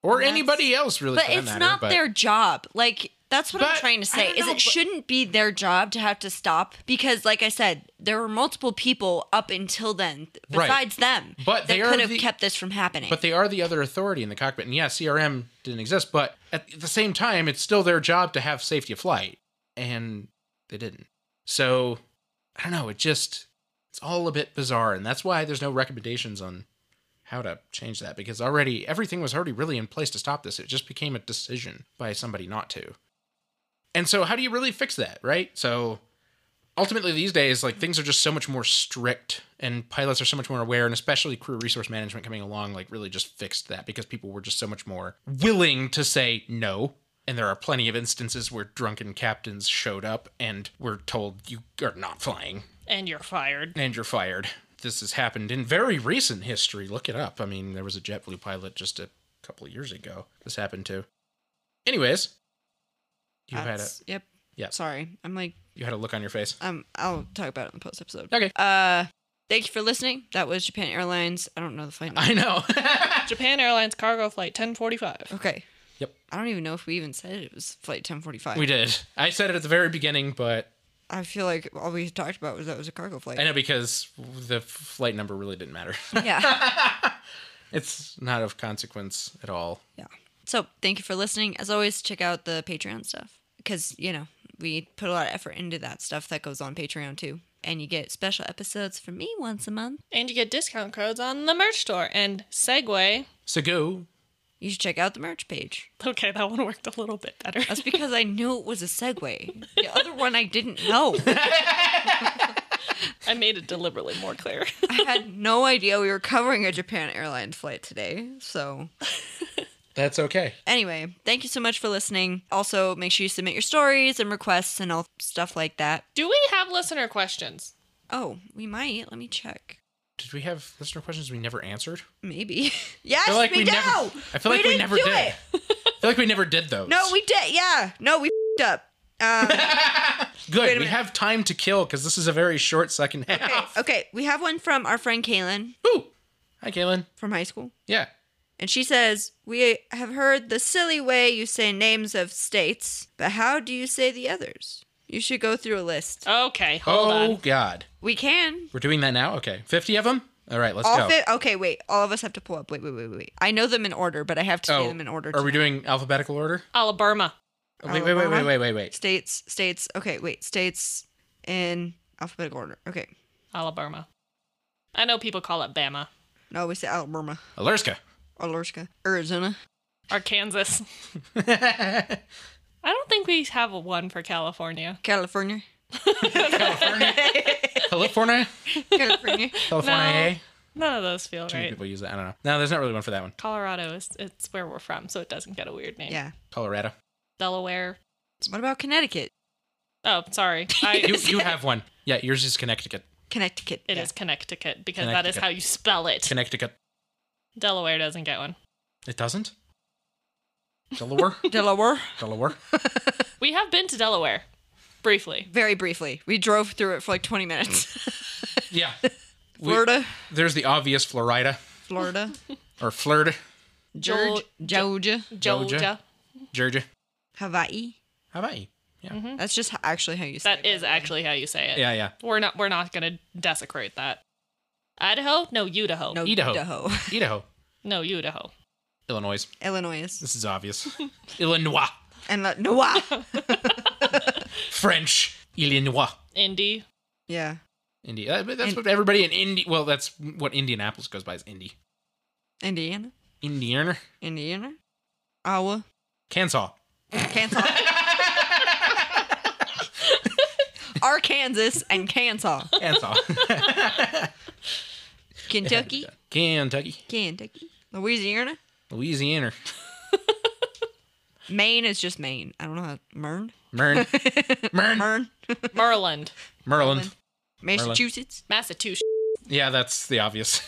Speaker 2: or
Speaker 3: That's-
Speaker 2: anybody else really.
Speaker 3: But
Speaker 2: for that
Speaker 3: it's
Speaker 2: matter,
Speaker 3: not
Speaker 2: but-
Speaker 3: their job. Like that's what I'm
Speaker 2: But-
Speaker 3: trying to
Speaker 2: I
Speaker 3: say.
Speaker 2: don't
Speaker 3: Is
Speaker 2: know,
Speaker 3: it
Speaker 2: but-
Speaker 3: shouldn't be their job to have to stop because, like I said, there were multiple people up until then th-
Speaker 2: Right.
Speaker 3: besides them
Speaker 2: But they
Speaker 3: that
Speaker 2: are
Speaker 3: could have
Speaker 2: the-
Speaker 3: kept this from happening.
Speaker 2: But they are the other authority in the cockpit. And yeah, CRM didn't exist, but at the same time, it's still their job to have safety of flight. And they didn't. So I don't know. It just, it's all a bit bizarre. And that's why there's no recommendations on how to change that because already everything was already really in place to stop this. It just became a decision by somebody not to. And so, how do you really fix that, right? So, ultimately these days like things are just so much more strict and pilots are so much more aware and especially crew resource management coming along like really just fixed that because people were just so much more willing to say no and there are plenty of instances where drunken captains showed up and were told you are not flying
Speaker 1: and you're fired.
Speaker 2: and you're fired this has happened in very recent history look it up i mean there was a jetblue pilot just a couple of years ago this happened to anyways you had a
Speaker 3: That's- Yep.
Speaker 2: Yeah.
Speaker 3: Sorry. I'm like,
Speaker 2: you had a look on your face
Speaker 3: um, I'll talk about it in the post episode.
Speaker 2: Okay.
Speaker 3: Uh, thank you for listening. That was Japan Airlines. I don't know the flight. number.
Speaker 2: i know
Speaker 1: Japan Airlines cargo flight 1045.
Speaker 3: Okay.
Speaker 2: Yep.
Speaker 3: I don't even know if we even said it was flight 1045.
Speaker 2: we did i said it at the very beginning but
Speaker 3: I feel like all we talked about was that it was a cargo flight.
Speaker 2: I know because the flight number really didn't matter.
Speaker 3: yeah.
Speaker 2: it's not of consequence at all.
Speaker 3: yeah. So thank you for listening. As always, check out the Patreon stuff because, you know, we put a lot of effort into that stuff that goes on Patreon too. And you get special episodes from me once a month.
Speaker 1: And you get discount codes on the merch store. And segue.
Speaker 2: So go.
Speaker 3: You should check out the merch page.
Speaker 1: Okay, that one worked a little bit better.
Speaker 3: That's because I knew it was a segue. The other one I didn't know.
Speaker 1: I made it deliberately more clear.
Speaker 3: I had no idea we were covering a Japan Airlines flight today. So
Speaker 2: That's okay.
Speaker 3: Anyway, thank you so much for listening. Also, make sure you submit your stories and requests and all stuff like that.
Speaker 1: Do we have listener questions?
Speaker 3: Oh, we might. Let me check.
Speaker 2: Did we have listener questions we never answered?
Speaker 3: Maybe. yes,
Speaker 2: I feel like
Speaker 3: we,
Speaker 2: we,
Speaker 3: do.
Speaker 2: never. I feel like we,
Speaker 3: didn't
Speaker 2: never
Speaker 3: do
Speaker 2: did.
Speaker 3: It.
Speaker 2: I feel like we never did those.
Speaker 3: No, we did. Yeah. No, we fed up. Um, wait a
Speaker 2: Good. We
Speaker 3: minute.
Speaker 2: have time to kill because this is a very short second
Speaker 3: okay,
Speaker 2: half.
Speaker 3: okay, we have one from our friend Kaylin
Speaker 2: Ooh. Hi, Kaylin.
Speaker 3: from high school.
Speaker 2: Yeah.
Speaker 3: And she says, We have heard the silly way you say names of states, but how do you say the others? You should go through a list.
Speaker 1: Okay, hold
Speaker 2: oh
Speaker 1: on.
Speaker 2: God.
Speaker 3: We can.
Speaker 2: We're doing that now. Okay. Fifty of them. All right. Let's
Speaker 3: All
Speaker 2: go.
Speaker 3: fi- okay, wait. All of us have to pull up. Wait, wait, wait, wait. I know them in order, but I have to say
Speaker 2: oh,
Speaker 3: them in order.
Speaker 2: are we
Speaker 3: tonight. uh-huh.
Speaker 2: doing alphabetical order?
Speaker 1: Alabama.
Speaker 2: Oh, wait, wait, wait, wait,
Speaker 3: Alabama?
Speaker 2: wait, wait, wait.
Speaker 3: states? States. Okay, wait. States in alphabetical order. Okay.
Speaker 1: Alabama. I know people call it Bama.
Speaker 3: No, we say Alabama,
Speaker 2: Alerska.
Speaker 3: Alaska, Arizona.
Speaker 1: Or Kansas. I don't think we have a one for California.
Speaker 3: California,
Speaker 2: California.
Speaker 3: California,
Speaker 2: California.
Speaker 1: None of those feel
Speaker 2: Too many
Speaker 1: right.
Speaker 2: people use that. I don't know. No, there's not really one for that one.
Speaker 1: Colorado is it's where we're from, so it doesn't get a weird name.
Speaker 3: yeah.
Speaker 2: Colorado.
Speaker 1: Delaware.
Speaker 3: What about Connecticut,
Speaker 1: Oh, sorry. I, it
Speaker 2: You,
Speaker 1: is
Speaker 2: you have one. Yeah, yours is Connecticut.
Speaker 3: Connecticut? yeah.
Speaker 1: Connecticut because that is
Speaker 2: Connecticut.
Speaker 1: how you spell it.
Speaker 2: Connecticut.
Speaker 1: Delaware doesn't get one.
Speaker 2: It doesn't? Delaware?
Speaker 3: Delaware.
Speaker 2: Delaware?
Speaker 1: We have been to Delaware briefly.
Speaker 3: Very briefly, we drove through it for like 20 minutes.
Speaker 2: Yeah. We-
Speaker 3: Florida,
Speaker 2: there's the obvious Florida
Speaker 3: Florida,
Speaker 2: or Florida,
Speaker 3: Georgia, Georgia,
Speaker 1: Georgia.
Speaker 2: Georgia. Georgia,
Speaker 3: Hawaii.
Speaker 2: Hawaii. Yeah.
Speaker 3: That's just ho- actually how you say.
Speaker 1: That is actually how you say it.
Speaker 2: Yeah, yeah.
Speaker 1: We're not we're not gonna desecrate that. Idaho? No oh, Idaho.
Speaker 3: No,
Speaker 2: Idaho.
Speaker 3: Idaho,
Speaker 2: Idaho,
Speaker 1: No Idaho.
Speaker 2: Illinois.
Speaker 3: Illinois,
Speaker 2: This is obvious. Illinois.
Speaker 3: and uh, La- Noah.
Speaker 2: French. Illinois.
Speaker 1: Indy.
Speaker 3: yeah,
Speaker 2: Indy. Uh, but that's
Speaker 3: In-
Speaker 2: what everybody in Indy. Well, that's what Indianapolis goes by is Indy.
Speaker 3: Indiana,
Speaker 2: Indiana.
Speaker 3: Indiana, Iowa,
Speaker 2: Kansas.
Speaker 3: Kansas. Arkansas and Kansas.
Speaker 2: Kansas.
Speaker 3: Kentucky.
Speaker 2: Kentucky.
Speaker 3: Kentucky. Louisiana.
Speaker 2: Louisiana.
Speaker 3: Maine is just Maine. I don't know how Mern.
Speaker 2: Mern. Mern.
Speaker 3: Mern.
Speaker 1: Maryland.
Speaker 2: Maryland.
Speaker 3: Massachusetts.
Speaker 1: Massachusetts.
Speaker 2: Yeah, that's the obvious.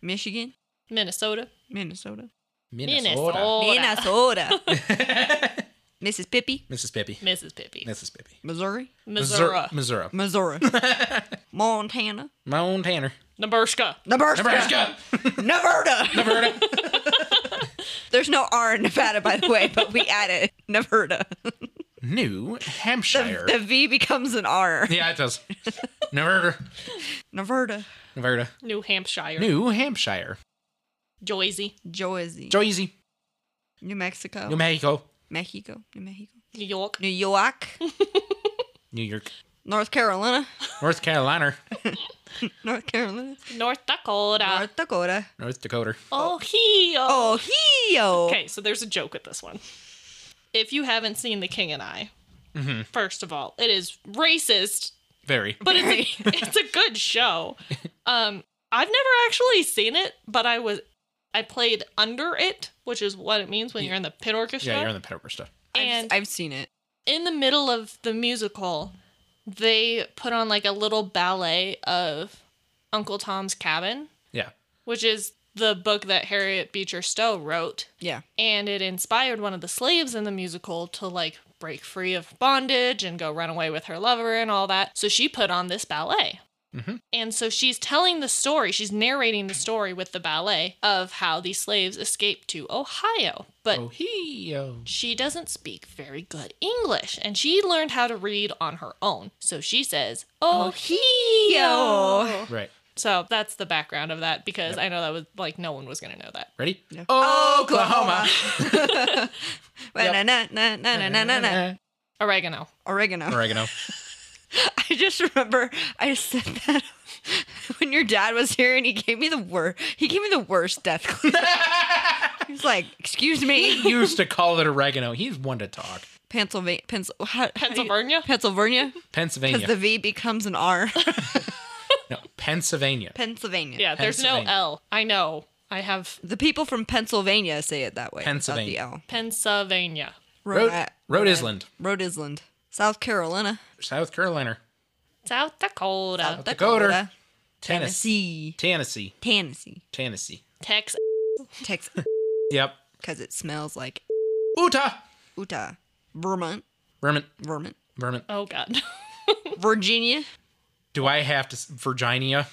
Speaker 3: Michigan.
Speaker 1: Minnesota.
Speaker 3: Minnesota.
Speaker 1: Minnesota. Florida.
Speaker 3: Minnesota. Mississippi.
Speaker 2: Mississippi.
Speaker 1: Mrs. Pippi.
Speaker 2: Mississippi.
Speaker 3: Missouri.
Speaker 1: Missouri.
Speaker 2: Missouri.
Speaker 3: Missouri. Montana.
Speaker 2: My own Tanner.
Speaker 1: Nebraska.
Speaker 3: Nebraska.
Speaker 2: Nebraska.
Speaker 3: Nevada.
Speaker 2: Nebraska.
Speaker 3: There's no R in Nevada, by the way, but we add it. Nevada.
Speaker 2: New Hampshire.
Speaker 3: The V becomes an R.
Speaker 2: Yeah, it does. Nevada.
Speaker 3: Nevada.
Speaker 2: Nevada.
Speaker 1: New Hampshire.
Speaker 2: New Hampshire.
Speaker 1: Jersey.
Speaker 3: Jersey.
Speaker 2: Jersey.
Speaker 3: New Mexico.
Speaker 1: Oh.
Speaker 2: New Mexico.
Speaker 3: Mexico. New Mexico.
Speaker 1: New York.
Speaker 3: New York.
Speaker 2: New York.
Speaker 3: North Carolina.
Speaker 2: North Carolina.
Speaker 3: North Carolina.
Speaker 1: North Dakota.
Speaker 3: North Dakota. Oh,
Speaker 2: North Dakota.
Speaker 1: Ohio.
Speaker 3: Ohio.
Speaker 1: Okay, so there's a joke with this one. If you haven't seen The King and I, first of all, it is racist
Speaker 2: Very.
Speaker 1: but it's a, it's a good show. Um, I've never actually seen it, but I was I played under it, which is what it means when you're in the pit orchestra.
Speaker 2: Yeah, you're in the Petover stuff.
Speaker 1: and
Speaker 3: I've, I've seen it.
Speaker 1: in the middle of the musical, they put on like a little ballet of Uncle Tom's Cabin,
Speaker 2: Yeah.
Speaker 1: which is the book that Harriet Beecher Stowe wrote,
Speaker 3: Yeah.
Speaker 1: and it inspired one of the slaves in the musical to like break free of bondage and go run away with her lover and all that. So she put on this ballet.
Speaker 2: Mhm.
Speaker 1: And so she's telling the story, she's narrating the story with the ballet of how these slaves escaped to Ohio. But
Speaker 2: Oh, he, oh.
Speaker 1: she doesn't speak very good English, and she learned how to read on her own. So she says, "Oh
Speaker 3: yo."
Speaker 1: he."
Speaker 2: Right.
Speaker 1: So that's the background of that because I know that was like no one was gonna know that.
Speaker 2: Ready?
Speaker 3: Yeah.
Speaker 2: Oklahoma.
Speaker 3: Na, na, na, na, na, na, na, na.
Speaker 1: Oregano.
Speaker 3: Oregano.
Speaker 2: Oregano.
Speaker 3: I just remember I said that when your dad was here and he gave me the wor he gave me the worst death glare. he was like, "Excuse me,
Speaker 2: He used to call it oregano. He's one to talk.
Speaker 3: Pennsylvania, Pens- how- how do you-
Speaker 1: Pennsylvania?
Speaker 3: Pennsylvania, because
Speaker 2: Pennsylvania.
Speaker 3: the V becomes an R.
Speaker 2: no, Pennsylvania.
Speaker 3: Pennsylvania.
Speaker 1: Yeah, there's no
Speaker 2: Pennsylvania.
Speaker 1: L. I know. I have
Speaker 3: The people from Pennsylvania say it that way. without
Speaker 2: Pennsylvania.
Speaker 3: the L.
Speaker 1: Pennsylvania.
Speaker 2: Rhode,
Speaker 3: Rhode,
Speaker 2: Rhode Island.
Speaker 3: Rhode Island, South Carolina,
Speaker 2: South Carolina.
Speaker 1: South Dakota.
Speaker 3: South
Speaker 2: Dakota,
Speaker 3: Dakota,
Speaker 2: Tennessee.
Speaker 3: Tennessee,
Speaker 2: Tennessee.
Speaker 3: Tennessee,
Speaker 2: Tennessee.
Speaker 1: Texas.
Speaker 3: Texas,
Speaker 2: Yep.
Speaker 3: because it smells like
Speaker 2: Utah.
Speaker 3: Utah, Vermont,
Speaker 2: Vermont.
Speaker 3: Vermont,
Speaker 2: Vermont.
Speaker 1: Oh god.
Speaker 3: Virginia.
Speaker 2: Do I have to s- Virginia?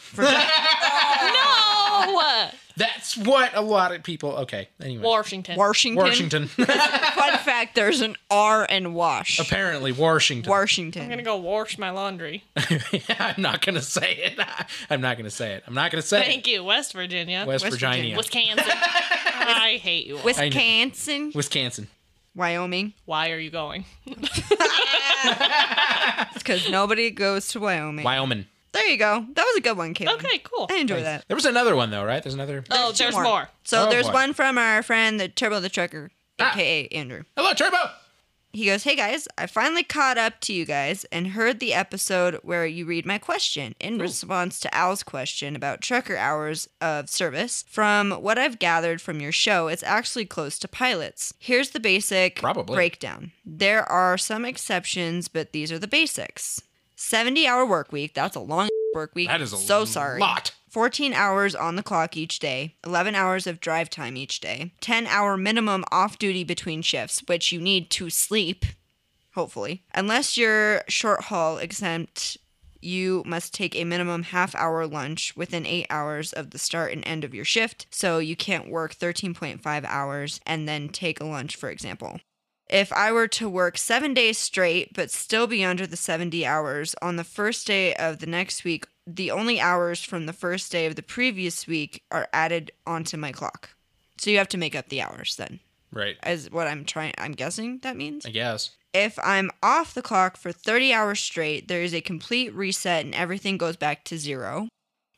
Speaker 1: no.
Speaker 2: That's what a lot of people. Okay. Anyway.
Speaker 1: Washington.
Speaker 3: Washington.
Speaker 2: Washington.
Speaker 3: Fun fact: There's an R and wash.
Speaker 2: Apparently, Washington.
Speaker 3: Washington.
Speaker 1: I'm gonna go wash my laundry.
Speaker 2: I'm not gonna say it. I'm not gonna say it. I'm not gonna say
Speaker 1: Thank
Speaker 2: it.
Speaker 1: you, West Virginia.
Speaker 2: West,
Speaker 3: West
Speaker 2: Virginia.
Speaker 3: Virginia.
Speaker 1: Wisconsin. I hate you. all.
Speaker 2: know.
Speaker 3: Wisconsin,
Speaker 2: Wisconsin.
Speaker 3: Wyoming.
Speaker 1: Why are you going?
Speaker 3: It's because nobody goes to Wyoming.
Speaker 2: Wyoming.
Speaker 3: There you go. That was a good one, Caitlin.
Speaker 1: Okay, cool.
Speaker 3: I enjoy that.
Speaker 2: There was another one though, right? Mm-hmm. There's another.
Speaker 1: Oh,
Speaker 3: Two
Speaker 1: there's more.
Speaker 3: So
Speaker 2: Oh,
Speaker 3: there's
Speaker 2: boy.
Speaker 3: one from our friend the Turbo the Trucker,
Speaker 2: Ah.
Speaker 3: aka Andrew.
Speaker 2: Hello, Turbo.
Speaker 3: He goes, Hey guys, I finally caught up to you guys and heard the episode where you read my question in response to Al's question about trucker hours of service. From what I've gathered from your show, it's actually close to pilots. Here's the basic
Speaker 2: Probably.
Speaker 3: breakdown there are some exceptions, but these are the basics 70 hour work week. That's a long work week.
Speaker 2: That is a
Speaker 3: so sorry.
Speaker 2: lot.
Speaker 3: 14 hours on the clock each day, 11 hours of drive time each day, 10 hour minimum off duty between shifts, which you need to sleep, hopefully. Unless you're short haul exempt, you must take a minimum half hour lunch within eight hours of the start and end of your shift, so you can't work 13.5 hours and then take a lunch, for example. If I were to work seven days straight but still be under the 70 hours on the first day of the next week, the only hours from the first day of the previous week are added onto my clock. So you have to make up the hours then,
Speaker 2: Right.
Speaker 3: is what I'm trying, I'm guessing that means.
Speaker 2: I guess.
Speaker 3: If I'm off the clock for 30 hours straight, there is a complete reset and everything goes back to zero.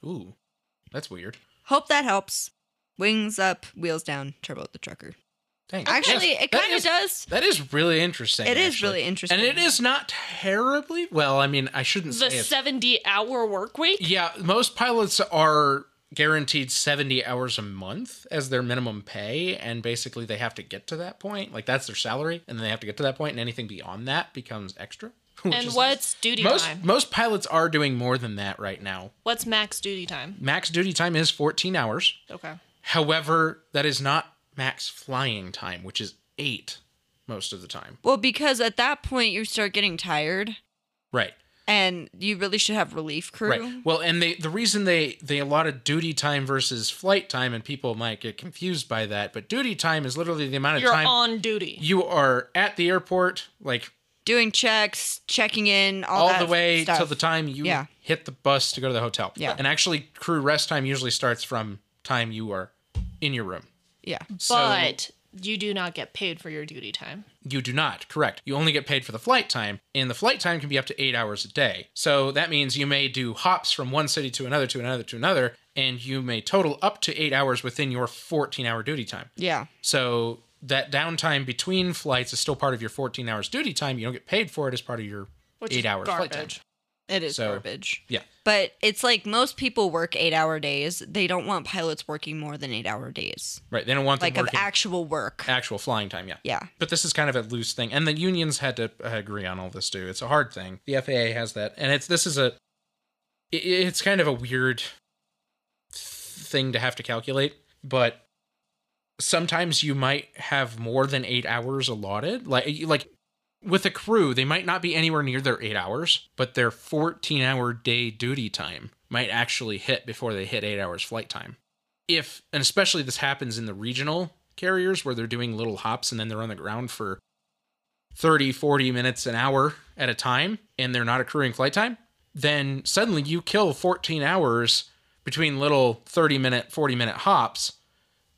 Speaker 2: Ooh, that's weird.
Speaker 3: Hope that helps. Wings up, wheels down, turbo the trucker.
Speaker 2: Thanks.
Speaker 3: Actually,
Speaker 2: Yes,
Speaker 3: it
Speaker 2: that
Speaker 3: kind of
Speaker 2: is-
Speaker 3: does.
Speaker 2: That is really interesting.
Speaker 3: It is
Speaker 2: actually.
Speaker 3: really interesting.
Speaker 2: and it is not terribly. Well, I mean, I shouldn't
Speaker 1: The
Speaker 2: say. it's-
Speaker 1: 70 hour work week?
Speaker 2: yeah, most pilots are guaranteed 70 hours a month as their minimum pay and basically they have to get to that point like that's their salary and then they have to get to that point and anything beyond that becomes extra which
Speaker 1: And
Speaker 2: is-
Speaker 1: what's duty
Speaker 2: most
Speaker 1: time?
Speaker 2: most pilots are doing more than that right now
Speaker 1: What's max duty time?
Speaker 2: max duty time is 14 hours
Speaker 1: Okay.
Speaker 2: However, that is not max flying time, which is eight most of the time.
Speaker 3: Well, because at that point you start getting tired
Speaker 2: Right.
Speaker 3: and you really should have relief crew.
Speaker 2: Right. Well, and they the reason they they allotted duty time versus flight time, and people might get confused by that, but duty time is literally the amount of
Speaker 1: You're
Speaker 2: time
Speaker 1: on duty.
Speaker 2: you are at the airport, like
Speaker 3: Doing checks, checking in, all,
Speaker 2: all
Speaker 3: that
Speaker 2: the way
Speaker 3: stuff.
Speaker 2: till the time you
Speaker 3: Yeah.
Speaker 2: hit the bus to go to the hotel.
Speaker 3: Yeah.
Speaker 2: And actually, crew rest time usually starts from time you are in your room.
Speaker 3: Yeah.
Speaker 2: So-
Speaker 1: But you do not get paid for your duty time.
Speaker 2: You do not, correct. You only get paid for the flight time, and the flight time can be up to eight hours a day. So that means you may do hops from one city to another to another to another, and you may total up to eight hours within your 14 hour duty time.
Speaker 3: Yeah.
Speaker 2: So that downtime between flights is still part of your 14 hours duty time. You don't get paid for it as part of your
Speaker 1: Which
Speaker 2: eight
Speaker 1: is
Speaker 2: hours flight time.
Speaker 1: garbage.
Speaker 3: It is
Speaker 2: So-
Speaker 3: garbage.
Speaker 2: yeah.
Speaker 3: But it's like most people work eight hour days. They don't want pilots working more than eight hour days,
Speaker 2: Right. They don't want them
Speaker 3: like of
Speaker 2: working
Speaker 3: actual work.
Speaker 2: actual flying time. Yeah.
Speaker 3: yeah.
Speaker 2: But this is kind of a loose thing, and the unions had to uh, agree on all this too. It's a hard thing. The FAA has that, and it's this is a i- i- it's kind of a weird thing to have to calculate, but sometimes you might have more than eight hours allotted. Like like with a crew, they might not be anywhere near their eight hours, but their fourteen hour day duty time might actually hit before they hit eight hours flight time if and especially this happens in the regional carriers where they're doing little hops and then they're on the ground for 30 40 minutes an hour at a time and they're not accruing flight time then suddenly you kill 14 hours between little 30 minute 40 minute hops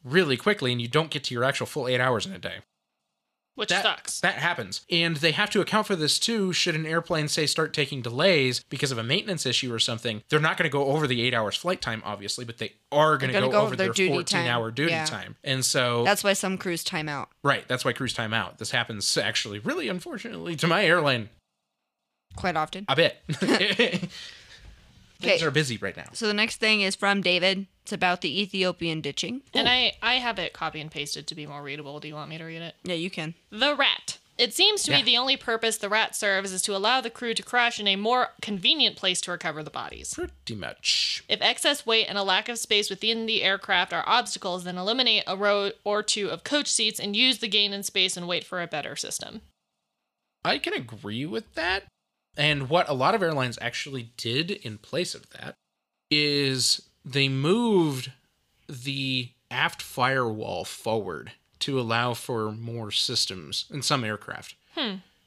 Speaker 2: really quickly and you don't get to your actual full 8 hours in a day
Speaker 1: which
Speaker 2: that,
Speaker 1: sucks.
Speaker 2: That happens. And they have to account for this too. Should an airplane, say, start taking delays because of a maintenance issue or something, they're not going to go over the eight hours flight time, obviously, but they are going to
Speaker 3: They're
Speaker 2: go,
Speaker 3: gonna go
Speaker 2: over their,
Speaker 3: duty
Speaker 2: 14
Speaker 3: time.
Speaker 2: hour duty
Speaker 3: Yeah.
Speaker 2: time. And so,
Speaker 3: That's why some crews time out.
Speaker 2: right, that's why cruise time out. This happens actually, really unfortunately, to my airline
Speaker 3: quite often.
Speaker 2: a bit. Things
Speaker 3: Okay.
Speaker 2: are busy right now.
Speaker 3: So the next thing is from David. It's about the Ethiopian ditching.
Speaker 1: And I, I have it copy and pasted to be more readable. Do you want me to read it?
Speaker 3: Yeah, you can.
Speaker 1: The rat. It seems to
Speaker 2: Yeah.
Speaker 1: me the only purpose the rat serves is to allow the crew to crash in a more convenient place to recover the bodies.
Speaker 2: Pretty much.
Speaker 1: If excess weight and a lack of space within the aircraft are obstacles, then eliminate a row or two of coach seats and use the gain in space and wait for a better system.
Speaker 2: I can agree with that. And what a lot of airlines actually did in place of that is they moved the aft firewall forward to allow for more systems in some aircraft.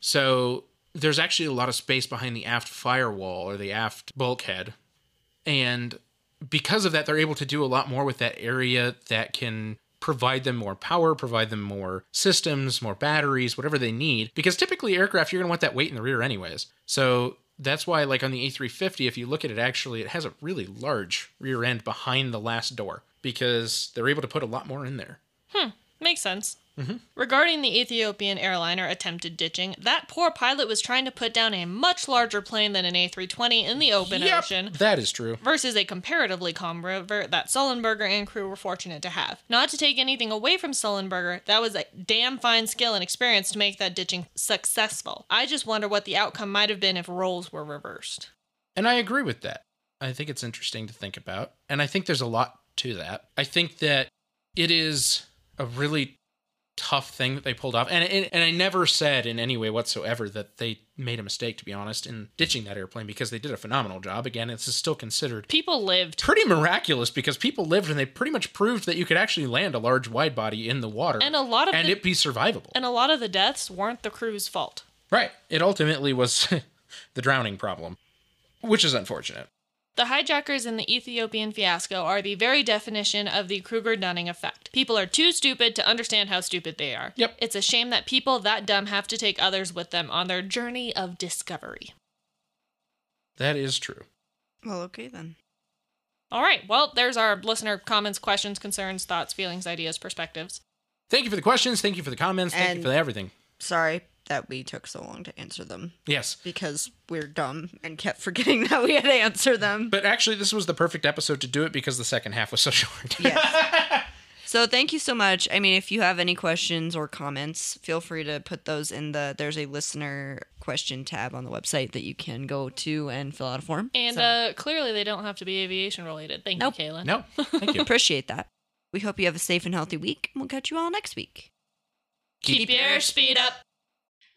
Speaker 2: So there's actually a lot of space behind the aft firewall or the aft bulkhead. And because of that, they're able to do a lot more with that area that can provide them more power, provide them more systems, more batteries, whatever they need. Because typically, aircraft, you're going to want that weight in the rear, anyways. So that's why, like on the A350, if you look at it, actually, it has a really large rear end behind the last door because they're able to put a lot more in there.
Speaker 1: Makes sense.
Speaker 2: Mm-hmm.
Speaker 1: Regarding the Ethiopian airliner attempted ditching, that poor pilot was trying to put down a much larger plane than an A320 in the open
Speaker 2: Yep,
Speaker 1: ocean.
Speaker 2: that is true.
Speaker 1: versus a comparatively calm river that Sullenberger and crew were fortunate to have. Not to take anything away from Sullenberger, that was a damn fine skill and experience to make that ditching successful. I just wonder what the outcome might have been if roles were reversed.
Speaker 2: And I agree with that. I think it's interesting to think about. And I think there's a lot to that. I think that it is a really tough thing that they pulled off. And, and, and I never said in any way whatsoever that they made a mistake, to be honest, in ditching that airplane because they did a phenomenal job. Again, this is still considered
Speaker 1: People lived.
Speaker 2: pretty miraculous because people lived and they pretty much proved that you could actually land a large wide body in the water
Speaker 1: And a lot of
Speaker 2: and
Speaker 1: the-
Speaker 2: it be survivable.
Speaker 1: And a lot of the deaths weren't the crew's fault.
Speaker 2: right. It ultimately was the drowning problem, which is unfortunate.
Speaker 1: The hijackers in the Ethiopian fiasco are the very definition of the Kruger Dunning effect. People are too stupid to understand how stupid they are.
Speaker 2: Yep.
Speaker 1: It's a shame that people that dumb have to take others with them on their journey of discovery.
Speaker 2: That is true.
Speaker 3: Well, okay then.
Speaker 1: All right. Well, there's our listener comments, questions, concerns, thoughts, feelings, ideas, perspectives.
Speaker 2: Thank you for the questions. Thank you for the comments. Thank you
Speaker 3: And-
Speaker 2: for everything.
Speaker 3: Sorry that we took so long to answer them
Speaker 2: Yes.
Speaker 3: because we're dumb and kept forgetting that we had to answer them.
Speaker 2: But actually, this was the perfect episode to do it because the second half was so short.
Speaker 3: yes. So thank you so much. I mean, if you have any questions or comments, feel free to put those in the there's a listener question tab on the website that you can go to and fill out a form.
Speaker 1: And
Speaker 3: So,
Speaker 1: uh, clearly, they don't have to be aviation related. Thank
Speaker 3: Nope.
Speaker 1: you, Kaylin.
Speaker 2: no, thank you.
Speaker 3: appreciate that. We hope you have a safe and healthy week. and We'll catch you all next week.
Speaker 1: Keep your airspeed up.